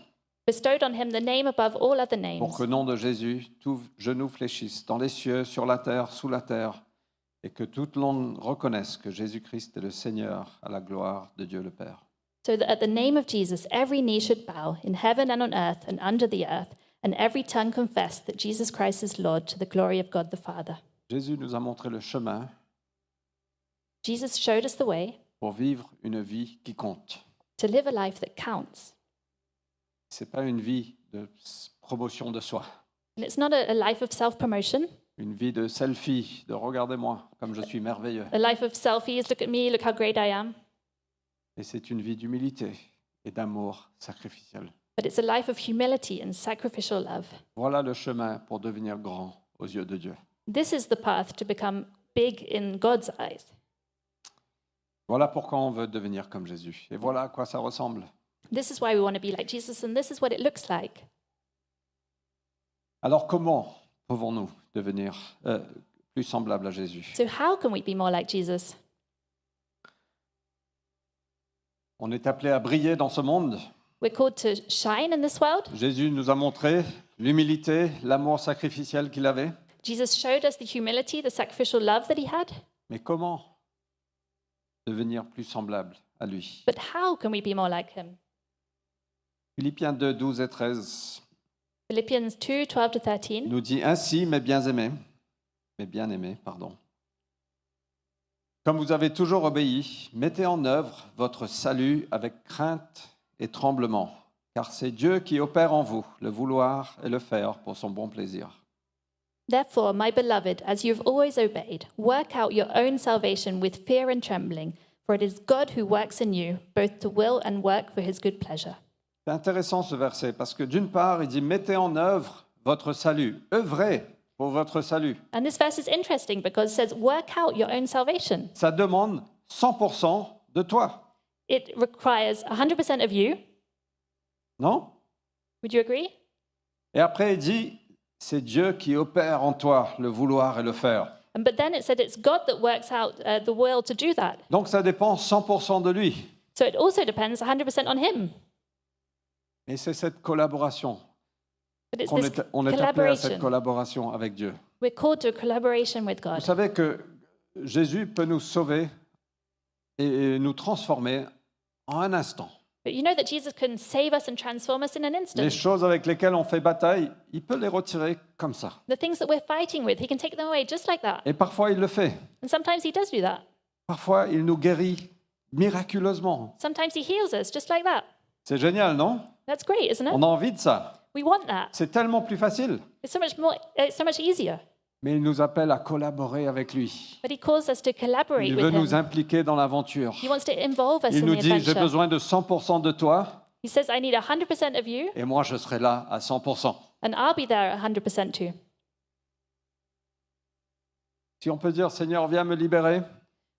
[SPEAKER 2] bestowed on him the name above all other names,
[SPEAKER 1] pour qu'au nom de Jésus, tout genou fléchisse dans les cieux, sur la terre, sous la terre, et que toute langue reconnaisse que Jésus-Christ est le Seigneur à la gloire de Dieu le Père.
[SPEAKER 2] so that at the name of Jesus every knee should bow, in heaven and on earth and under the earth, and every tongue confess that Jesus Christ is Lord to the glory of God the Father.
[SPEAKER 1] Jésus nous a montré le chemin
[SPEAKER 2] Jesus showed us the way
[SPEAKER 1] pour vivre une vie qui compte.
[SPEAKER 2] to live a life that counts.
[SPEAKER 1] Ce n'est pas une vie de s- promotion de soi,
[SPEAKER 2] And it's not a, a life of self promotion,
[SPEAKER 1] une vie de selfie, de regardez-moi comme je suis merveilleux.
[SPEAKER 2] a life of selfies, look at me, look how great I am.
[SPEAKER 1] Et c'est une vie d'humilité et d'amour sacrificiel.
[SPEAKER 2] But it's a life of humility and sacrificial love.
[SPEAKER 1] Voilà le chemin pour devenir grand aux yeux de Dieu.
[SPEAKER 2] This is the path to become big in God's eyes.
[SPEAKER 1] Voilà pourquoi on veut devenir comme Jésus. Et voilà à quoi ça ressemble.
[SPEAKER 2] This is why we want to be like Jesus, and this is what it looks like.
[SPEAKER 1] Alors comment pouvons-nous devenir euh, plus semblables à Jésus
[SPEAKER 2] So, how can we be more like Jesus?
[SPEAKER 1] On est appelé à briller dans ce monde.
[SPEAKER 2] We're called to shine in this world.
[SPEAKER 1] Jésus nous a montré l'humilité, l'amour sacrificiel qu'il avait.
[SPEAKER 2] Jesus showed us the humility, the sacrificial love that he had.
[SPEAKER 1] Mais comment devenir plus semblable à lui
[SPEAKER 2] But how can we be more like him?
[SPEAKER 1] Philippiens 2, 12 et 13
[SPEAKER 2] Philippians 2 12 to 13.
[SPEAKER 1] nous dit ainsi, mes bien-aimés, mes bien-aimés, pardon. Comme vous avez toujours obéi, mettez en œuvre votre salut avec crainte et tremblement, car c'est Dieu qui opère en vous le vouloir et le faire pour son bon plaisir.
[SPEAKER 2] Therefore, my beloved, as you have always obeyed, work out your own salvation with fear and trembling, for it is God who works in you, both to will and work for his good pleasure.
[SPEAKER 1] C'est intéressant ce verset parce que d'une part, il dit mettez en œuvre votre salut, œuvrez pour votre salut.
[SPEAKER 2] And this verse is interesting because it says, work out your own salvation.
[SPEAKER 1] Ça demande 100% de toi,
[SPEAKER 2] It requires 100% of you.
[SPEAKER 1] non
[SPEAKER 2] Would you agree?
[SPEAKER 1] Et après, il dit c'est Dieu qui opère en toi le vouloir et le faire.
[SPEAKER 2] And, but then it said it's God that works out uh, the will to do that.
[SPEAKER 1] Donc ça dépend 100% de lui.
[SPEAKER 2] So it also depends 100% on Him.
[SPEAKER 1] Mais c'est cette collaboration.
[SPEAKER 2] But it's
[SPEAKER 1] On
[SPEAKER 2] this
[SPEAKER 1] est, on est appelé à cette
[SPEAKER 2] collaboration.
[SPEAKER 1] collaboration avec Dieu.
[SPEAKER 2] We're called to a collaboration with
[SPEAKER 1] Vous
[SPEAKER 2] God.
[SPEAKER 1] savez que Jésus peut nous sauver et nous transformer en un instant.
[SPEAKER 2] But you know that Jesus can save us and transform us in an
[SPEAKER 1] Les
[SPEAKER 2] instant.
[SPEAKER 1] choses avec lesquelles on fait bataille, il peut les retirer comme ça.
[SPEAKER 2] The things that we're fighting with, He can take them away just like that.
[SPEAKER 1] Et parfois, il le fait.
[SPEAKER 2] And sometimes He does do that.
[SPEAKER 1] Parfois, il nous guérit miraculeusement.
[SPEAKER 2] Sometimes He heals us just like that.
[SPEAKER 1] C'est génial, non
[SPEAKER 2] That's great, isn't
[SPEAKER 1] On
[SPEAKER 2] it?
[SPEAKER 1] a envie de ça.
[SPEAKER 2] We want that.
[SPEAKER 1] C'est tellement plus facile.
[SPEAKER 2] It's so much more. It's so much easier.
[SPEAKER 1] Mais il nous appelle à collaborer avec lui.
[SPEAKER 2] But He calls us to collaborate
[SPEAKER 1] Il
[SPEAKER 2] with
[SPEAKER 1] veut
[SPEAKER 2] Him.
[SPEAKER 1] nous impliquer dans l'aventure.
[SPEAKER 2] He wants to involve us
[SPEAKER 1] Il
[SPEAKER 2] in
[SPEAKER 1] nous
[SPEAKER 2] the
[SPEAKER 1] dit, j'ai
[SPEAKER 2] adventure.
[SPEAKER 1] besoin de 100% de toi
[SPEAKER 2] He says, I need 100% of you,
[SPEAKER 1] et moi je serai là à 100%.
[SPEAKER 2] and I'll be there 100% too.
[SPEAKER 1] Si on peut dire, Seigneur, viens me libérer.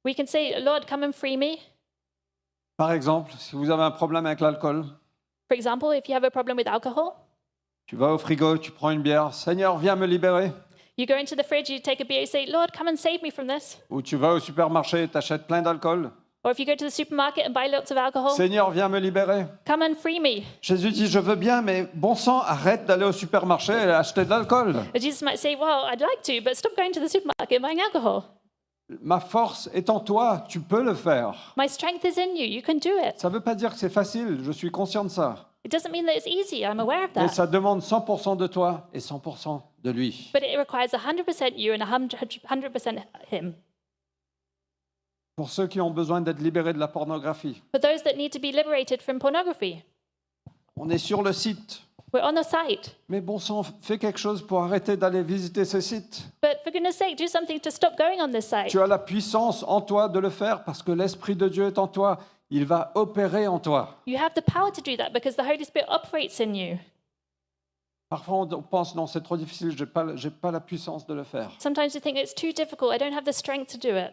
[SPEAKER 2] We can say, Lord, come and free me.
[SPEAKER 1] Par exemple, si vous avez un problème avec l'alcool,
[SPEAKER 2] For example, if you have a problem with alcohol,
[SPEAKER 1] tu vas au frigo, tu prends une bière, Seigneur, viens me libérer.
[SPEAKER 2] you go into the fridge, you take a beer, you say, Lord, come and save me from this.
[SPEAKER 1] Ou tu vas au supermarché et t'achètes plein d'alcool,
[SPEAKER 2] Or if you go to the supermarket and buy lots of alcohol,
[SPEAKER 1] Seigneur, viens me libérer.
[SPEAKER 2] come and free me.
[SPEAKER 1] Jésus dit, je veux bien, mais bon sang, arrête d'aller au supermarché et acheter de l'alcool.
[SPEAKER 2] Or Jesus might say, Well, I'd like to, but stop going to the supermarket and buying alcohol.
[SPEAKER 1] Ma force est en toi, tu peux le faire.
[SPEAKER 2] My strength is in you. You can do it.
[SPEAKER 1] Ça ne veut pas dire que c'est facile, je suis conscient de ça.
[SPEAKER 2] It doesn't mean that it's easy. I'm aware of
[SPEAKER 1] Mais
[SPEAKER 2] that.
[SPEAKER 1] ça demande 100% de toi et 100% de lui.
[SPEAKER 2] But it requires 100% you and 100%, 100% Him.
[SPEAKER 1] Pour ceux qui ont besoin d'être libérés de la pornographie,
[SPEAKER 2] For those that need to be liberated from pornography,
[SPEAKER 1] on est sur le site.
[SPEAKER 2] we're on the site.
[SPEAKER 1] Mais bon sang, fais quelque chose pour arrêter d'aller visiter ce site.
[SPEAKER 2] But for goodness sake, do something to stop going on this site.
[SPEAKER 1] Tu as la puissance en toi de le faire parce que l'Esprit de Dieu est en toi. Il va opérer en toi.
[SPEAKER 2] You have the power to do that because the Holy Spirit operates in you.
[SPEAKER 1] Parfois, on pense, non, c'est trop difficile, je n'ai pas, j'ai pas la puissance de le faire.
[SPEAKER 2] Sometimes we think it's too difficult, I don't have the strength to do it.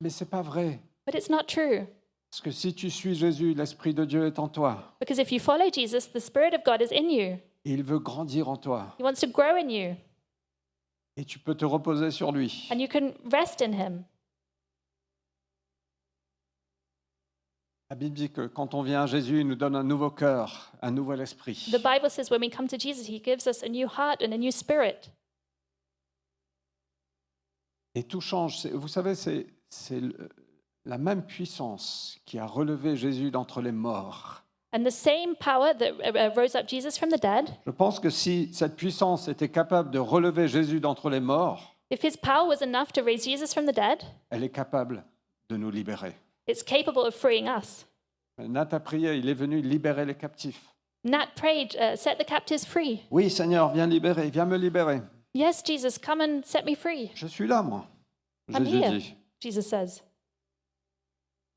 [SPEAKER 1] Mais c'est pas vrai.
[SPEAKER 2] But it's not true,
[SPEAKER 1] Parce que si tu suis Jésus, l'Esprit de Dieu est en toi.
[SPEAKER 2] because if you follow Jesus, the Spirit of God is in you.
[SPEAKER 1] Et il veut grandir en toi.
[SPEAKER 2] He wants to grow in you,
[SPEAKER 1] Et tu peux te reposer sur lui.
[SPEAKER 2] and you can rest in Him.
[SPEAKER 1] La Bible dit que quand on vient à Jésus, il nous donne un nouveau cœur, un nouvel esprit.
[SPEAKER 2] The Bible says when we come to Jesus, He gives us a new heart and a new spirit.
[SPEAKER 1] Et tout change. C'est- Vous savez, c'est c'est le- la même puissance qui a relevé Jésus d'entre les morts.
[SPEAKER 2] And the same power that uh, uh, rose up Jesus from the dead,
[SPEAKER 1] Je pense que si cette puissance était capable de relever Jésus d'entre les morts,
[SPEAKER 2] if His power was enough to raise Jesus from the dead,
[SPEAKER 1] elle est capable de nous libérer.
[SPEAKER 2] it's capable of freeing us.
[SPEAKER 1] Nat a prié, il est venu libérer les captifs.
[SPEAKER 2] Nat prayed, uh, Set the captives free.
[SPEAKER 1] Oui, Seigneur, viens libérer, viens me libérer.
[SPEAKER 2] Yes, Jesus, come and set me free.
[SPEAKER 1] Je suis là, moi.
[SPEAKER 2] I'm
[SPEAKER 1] Jésus
[SPEAKER 2] here,
[SPEAKER 1] dit,
[SPEAKER 2] Jesus says.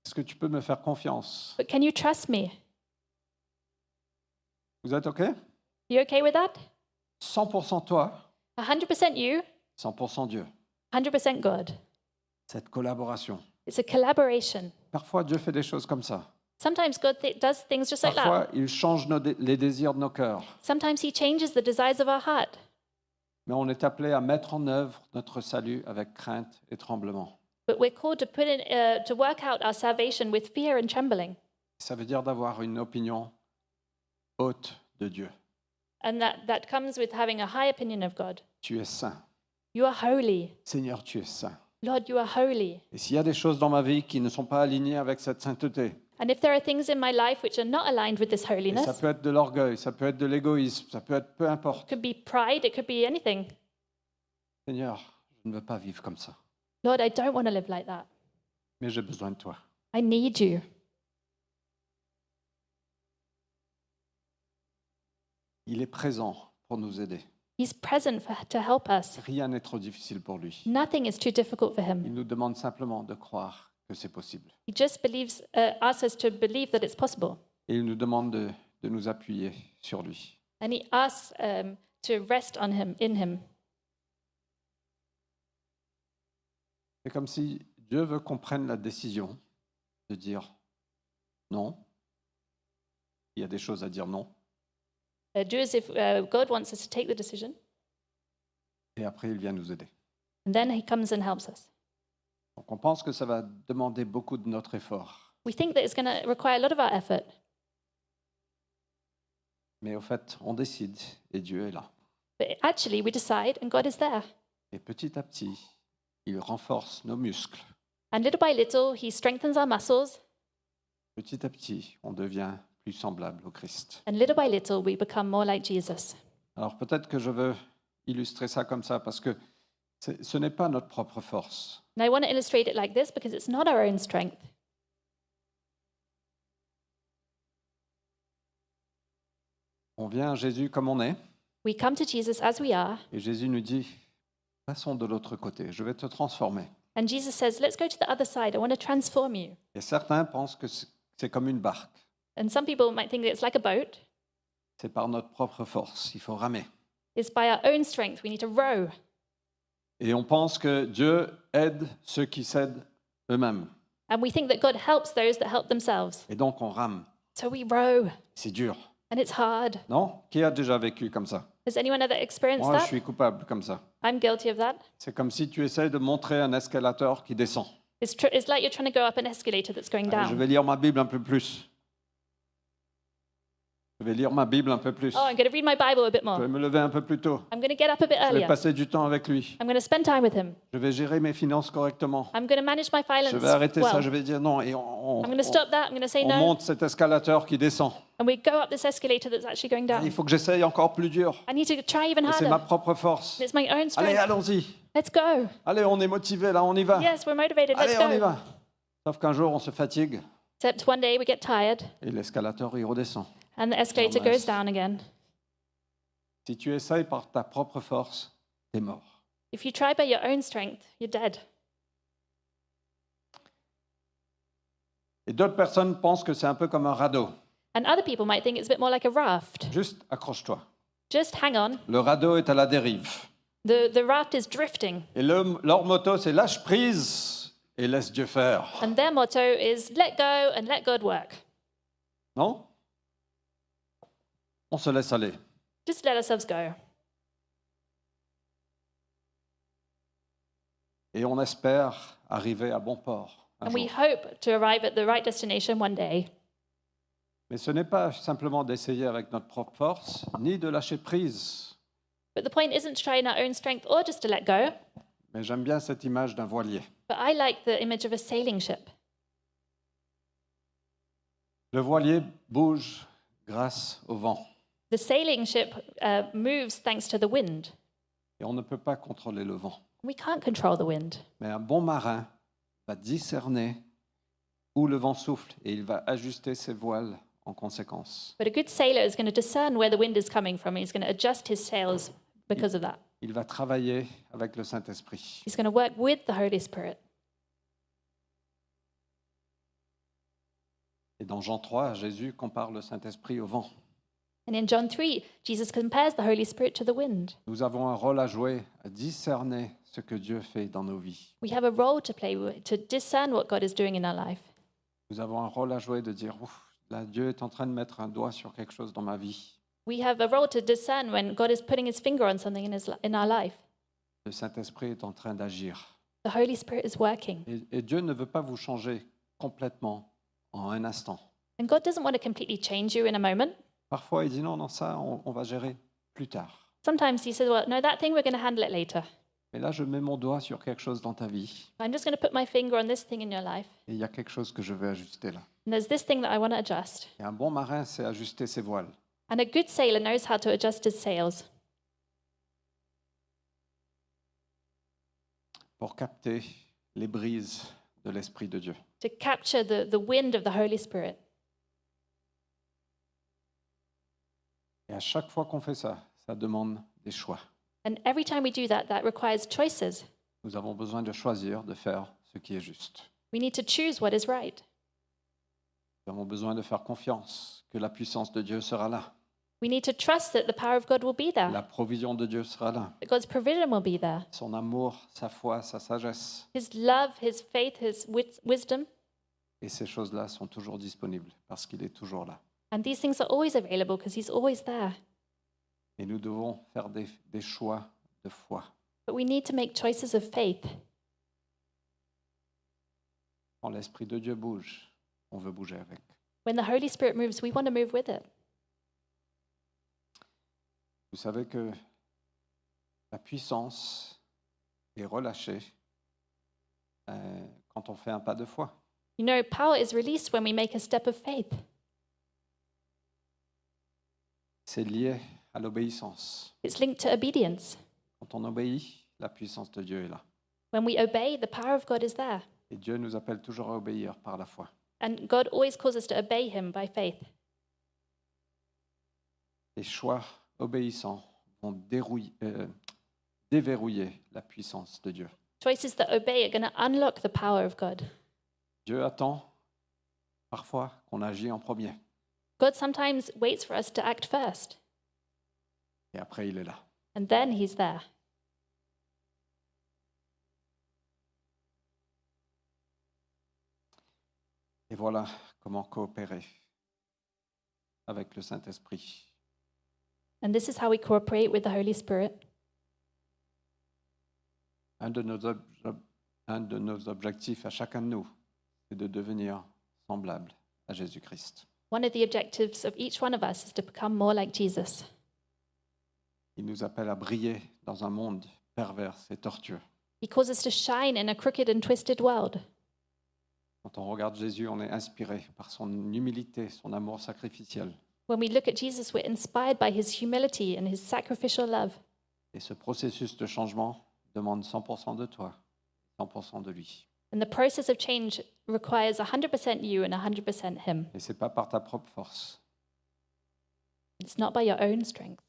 [SPEAKER 1] est-ce que tu peux me faire confiance
[SPEAKER 2] But can you trust me?
[SPEAKER 1] Vous êtes OK
[SPEAKER 2] You okay with that?
[SPEAKER 1] 100% toi,
[SPEAKER 2] 100% you,
[SPEAKER 1] 100% Dieu.
[SPEAKER 2] 100% God.
[SPEAKER 1] Cette collaboration.
[SPEAKER 2] It's a collaboration.
[SPEAKER 1] Parfois, Dieu fait des choses comme ça.
[SPEAKER 2] Sometimes God th- does things just like that.
[SPEAKER 1] Parfois, il change nos dé- les désirs de nos cœurs.
[SPEAKER 2] Sometimes He changes the desires of our heart.
[SPEAKER 1] Mais on est appelé à mettre en œuvre notre salut avec crainte et tremblement.
[SPEAKER 2] But we're called to put in, uh, to work out our salvation with fear and trembling,
[SPEAKER 1] Ça veut dire d'avoir une opinion haute de Dieu.
[SPEAKER 2] and that that comes with having a high opinion of God.
[SPEAKER 1] Tu es saint.
[SPEAKER 2] You are holy,
[SPEAKER 1] Seigneur, tu es saint.
[SPEAKER 2] Lord. You are holy.
[SPEAKER 1] Et s'il y a des choses dans ma vie qui ne sont pas alignées avec cette sainteté,
[SPEAKER 2] And if there are things in my life which are not aligned with this
[SPEAKER 1] et ça
[SPEAKER 2] holiness,
[SPEAKER 1] peut être de l'orgueil, ça peut être de l'égoïsme, ça peut être peu
[SPEAKER 2] it
[SPEAKER 1] importe.
[SPEAKER 2] could be pride, it could be anything.
[SPEAKER 1] Seigneur, je ne veux pas vivre comme ça,
[SPEAKER 2] Lord, I don't want to live like that.
[SPEAKER 1] mais j'ai besoin de toi.
[SPEAKER 2] I need you.
[SPEAKER 1] Il est présent pour nous aider.
[SPEAKER 2] He's present for, to help us.
[SPEAKER 1] Rien n'est trop difficile pour lui.
[SPEAKER 2] Nothing is too difficult for him.
[SPEAKER 1] Il nous demande simplement de croire que c'est possible.
[SPEAKER 2] He just believes, uh, asks us to believe that it's possible,
[SPEAKER 1] Et il nous demande de, de nous appuyer sur lui.
[SPEAKER 2] and he asks um, to rest on him, in him.
[SPEAKER 1] C'est comme si Dieu veut qu'on prenne la décision de dire non. Il y a des choses à dire non.
[SPEAKER 2] Uh, do as if uh, God wants us to take the decision,
[SPEAKER 1] Et après, il vient nous aider.
[SPEAKER 2] and then He comes and helps us.
[SPEAKER 1] Donc on pense que ça va demander beaucoup de notre effort.
[SPEAKER 2] We think that it's going to require a lot of our effort,
[SPEAKER 1] Mais au fait, on décide et Dieu est là.
[SPEAKER 2] but actually we decide, and God is there.
[SPEAKER 1] Et petit à petit, il renforce nos muscles.
[SPEAKER 2] And little by little, He strengthens our muscles,
[SPEAKER 1] Petit à petit, on devient plus semblable au Christ.
[SPEAKER 2] and little by little, we become more like Jesus.
[SPEAKER 1] Alors peut-être que je veux illustrer ça comme ça parce que c'est- ce n'est pas notre propre force.
[SPEAKER 2] And I want to illustrate it like this because it's not our own strength.
[SPEAKER 1] On vient à Jésus comme on est
[SPEAKER 2] We come to Jesus as we are,
[SPEAKER 1] et Jésus nous dit passons de l'autre côté, je vais te transformer.
[SPEAKER 2] and Jesus says, Let's go to the other side. I want to transform you.
[SPEAKER 1] Et certains pensent que c'est c'est comme une barque.
[SPEAKER 2] And some people might think that it's like a boat.
[SPEAKER 1] C'est par notre propre force, il faut ramer.
[SPEAKER 2] It's by our own strength. We need to row.
[SPEAKER 1] Et on pense que Dieu aide ceux qui cèdent eux-mêmes.
[SPEAKER 2] And we think that God helps those that help themselves.
[SPEAKER 1] Et donc on rame.
[SPEAKER 2] So we row,
[SPEAKER 1] C'est dur.
[SPEAKER 2] and it's hard.
[SPEAKER 1] Non Qui a déjà vécu comme ça
[SPEAKER 2] Has anyone ever experienced
[SPEAKER 1] Moi, je
[SPEAKER 2] that?
[SPEAKER 1] suis coupable comme ça.
[SPEAKER 2] I'm guilty of that.
[SPEAKER 1] C'est comme si tu essayes de montrer un escalator qui descend.
[SPEAKER 2] It's, tr- it's like you're trying to go up an escalator that's going
[SPEAKER 1] Allez,
[SPEAKER 2] down.
[SPEAKER 1] Ah, je vais lire ma Bible un peu plus. Je vais lire ma Bible un peu plus.
[SPEAKER 2] Oh, I'm going to read my Bible a bit
[SPEAKER 1] Je vais
[SPEAKER 2] more.
[SPEAKER 1] me lever un peu plus tôt.
[SPEAKER 2] I'm going to get up a bit
[SPEAKER 1] Je vais
[SPEAKER 2] earlier.
[SPEAKER 1] passer du temps avec lui.
[SPEAKER 2] I'm going to spend time with him.
[SPEAKER 1] Je vais gérer mes finances correctement.
[SPEAKER 2] I'm going to manage my
[SPEAKER 1] Je
[SPEAKER 2] finances.
[SPEAKER 1] vais arrêter ça,
[SPEAKER 2] well.
[SPEAKER 1] je vais dire non. Et on, on-
[SPEAKER 2] I'm going to stop that. I'm going to say
[SPEAKER 1] on
[SPEAKER 2] no.
[SPEAKER 1] monte cet escalator qui descend.
[SPEAKER 2] And we go up this escalator that's actually going down.
[SPEAKER 1] Il faut que j'essaye encore plus dur.
[SPEAKER 2] I need to try even
[SPEAKER 1] Et
[SPEAKER 2] harder.
[SPEAKER 1] C'est ma propre force.
[SPEAKER 2] It's my own
[SPEAKER 1] Allez,
[SPEAKER 2] strength.
[SPEAKER 1] allons-y.
[SPEAKER 2] Let's go.
[SPEAKER 1] Allez, on est motivé, là, on y va.
[SPEAKER 2] Yes, we're motivated.
[SPEAKER 1] Allez,
[SPEAKER 2] Let's
[SPEAKER 1] on y
[SPEAKER 2] go.
[SPEAKER 1] va. Sauf qu'un jour, on se fatigue
[SPEAKER 2] Except one day we get tired
[SPEAKER 1] et l'escalator, il redescend.
[SPEAKER 2] and the escalator
[SPEAKER 1] Nice.
[SPEAKER 2] goes down again.
[SPEAKER 1] Si tu essayes par ta propre force, t'es mort.
[SPEAKER 2] If you try by your own strength, you're dead.
[SPEAKER 1] Et d'autres personnes pensent que c'est un peu comme un radeau.
[SPEAKER 2] And other people might think it's a bit more like a raft.
[SPEAKER 1] Juste accroche-toi.
[SPEAKER 2] Just hang on.
[SPEAKER 1] Le radeau est à la dérive.
[SPEAKER 2] The, the raft is drifting.
[SPEAKER 1] Et le- leur motto, c'est lâche prise et laisse Dieu faire.
[SPEAKER 2] And their motto is let go and let God work.
[SPEAKER 1] Non On se laisse aller.
[SPEAKER 2] Just let ourselves go.
[SPEAKER 1] Et on espère arriver à bon port. un
[SPEAKER 2] And we
[SPEAKER 1] jour.
[SPEAKER 2] hope to arrive at the right destination one day.
[SPEAKER 1] Mais ce n'est pas simplement d'essayer avec notre propre force, ni de lâcher prise.
[SPEAKER 2] But the point isn't to try in our own strength or just to let go.
[SPEAKER 1] Mais j'aime bien cette image d'un voilier.
[SPEAKER 2] But I like the image of a sailing ship.
[SPEAKER 1] Le voilier bouge grâce au vent.
[SPEAKER 2] The sailing ship uh, moves thanks to the wind.
[SPEAKER 1] Et on ne peut pas contrôler le vent.
[SPEAKER 2] We can't control the wind.
[SPEAKER 1] Mais un bon marin va discerner où le vent souffle et il va ajuster ses voiles en conséquence.
[SPEAKER 2] But a good sailor is going to discern where the wind is coming from. and He's going to adjust his sails because of that.
[SPEAKER 1] Il va travailler avec le Saint-Esprit.
[SPEAKER 2] He's going to work with the Holy Spirit.
[SPEAKER 1] Et dans Jean 3, Jésus compare le Saint-Esprit au vent.
[SPEAKER 2] And in John 3, Jesus compares the Holy Spirit to the wind.
[SPEAKER 1] Nous avons un rôle à jouer, à discerner ce que Dieu fait dans nos vies.
[SPEAKER 2] We have a role to play w- to discern what God is doing in our life.
[SPEAKER 1] Nous avons un rôle à jouer de dire, Ouf, là, Dieu est en train de mettre un doigt sur quelque chose dans ma vie.
[SPEAKER 2] We have a role to discern when God is putting his finger on something in, his, li- in our life.
[SPEAKER 1] Le Saint-Esprit est en train d'agir.
[SPEAKER 2] The Holy Spirit is working.
[SPEAKER 1] Et, et Dieu ne veut pas vous changer complètement en un instant.
[SPEAKER 2] And God doesn't want to completely change you in a moment.
[SPEAKER 1] Parfois, il dit, non, non, ça, on- on va gérer plus tard.
[SPEAKER 2] Sometimes he says, Well, no, that thing, we're going to handle it later.
[SPEAKER 1] Mais là, je mets mon doigt sur quelque chose dans ta vie.
[SPEAKER 2] I'm just going to put my finger on this thing in your life.
[SPEAKER 1] Et il y a quelque chose que je vais ajuster là.
[SPEAKER 2] And there's this thing that I want to adjust.
[SPEAKER 1] Et un bon marin sait ajuster ses voiles.
[SPEAKER 2] And a good sailor knows how to adjust his sails
[SPEAKER 1] pour capter les brises de l'Esprit de Dieu.
[SPEAKER 2] to capture the, the wind of the Holy Spirit.
[SPEAKER 1] Et à chaque fois qu'on fait ça, ça demande des choix.
[SPEAKER 2] And every time we do that, that requires choices.
[SPEAKER 1] Nous avons besoin de choisir de faire ce qui est juste.
[SPEAKER 2] We need to choose what is right.
[SPEAKER 1] Nous avons besoin de faire confiance que la puissance de Dieu sera là,
[SPEAKER 2] We need to trust that the power of God will be there,
[SPEAKER 1] la provision de Dieu sera là,
[SPEAKER 2] that God's provision will be there.
[SPEAKER 1] son amour, sa foi, sa sagesse.
[SPEAKER 2] His love, his faith, his wis- wisdom.
[SPEAKER 1] Et ces choses-là sont toujours disponibles parce qu'il est toujours là.
[SPEAKER 2] And these things are always available because he's always there.
[SPEAKER 1] Et nous devons faire des, des choix de foi.
[SPEAKER 2] But we need to make choices of faith.
[SPEAKER 1] Quand l'Esprit de Dieu bouge, on veut bouger avec.
[SPEAKER 2] When the Holy Spirit moves, we want to move with it.
[SPEAKER 1] Vous savez que la puissance est relâchée euh, quand on fait un pas de foi.
[SPEAKER 2] You know, power is released when we make a step of faith.
[SPEAKER 1] C'est lié à l'obéissance.
[SPEAKER 2] It's linked to obedience.
[SPEAKER 1] Quand on obéit, la puissance de Dieu est là.
[SPEAKER 2] When we obey, the power of God is there.
[SPEAKER 1] Et Dieu nous appelle toujours à obéir par la foi.
[SPEAKER 2] And God always calls us to obey him by faith.
[SPEAKER 1] Les choix obéissants vont dérouiller- euh, déverrouiller la puissance de Dieu.
[SPEAKER 2] Choices that obey are going to unlock the power of God.
[SPEAKER 1] Dieu attend parfois qu'on agit en premier.
[SPEAKER 2] God sometimes waits for us to act first,
[SPEAKER 1] Et après, il est là.
[SPEAKER 2] and then he's there.
[SPEAKER 1] Et voilà comment coopérer avec le Saint-Esprit.
[SPEAKER 2] And this is how we cooperate with the Holy Spirit.
[SPEAKER 1] Un de, nos ob- ob- un de nos objectifs à chacun de nous, c'est de devenir semblable à Jésus-Christ.
[SPEAKER 2] One of the objectives of each one of us is to become more like Jesus.
[SPEAKER 1] Il nous appelle à briller dans un monde pervers et tortueux.
[SPEAKER 2] He calls us to shine in a crooked and twisted world.
[SPEAKER 1] Quand on regarde Jésus, on est inspiré par son humilité, son amour sacrificiel.
[SPEAKER 2] When we look at Jesus, we're inspired by his humility and his sacrificial love.
[SPEAKER 1] Et ce processus de changement demande 100% de toi, 100% de lui.
[SPEAKER 2] And the process of change requires 100% you and 100% him.
[SPEAKER 1] Et c'est pas par ta propre force,
[SPEAKER 2] It's not by your own strength,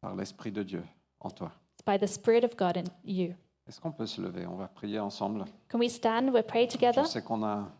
[SPEAKER 1] par l'Esprit de Dieu en toi.
[SPEAKER 2] it's by the Spirit of God in you.
[SPEAKER 1] Est-ce qu'on peut se lever On va prier ensemble.
[SPEAKER 2] Can we stand? We'll pray
[SPEAKER 1] Je
[SPEAKER 2] together.
[SPEAKER 1] sais qu'on a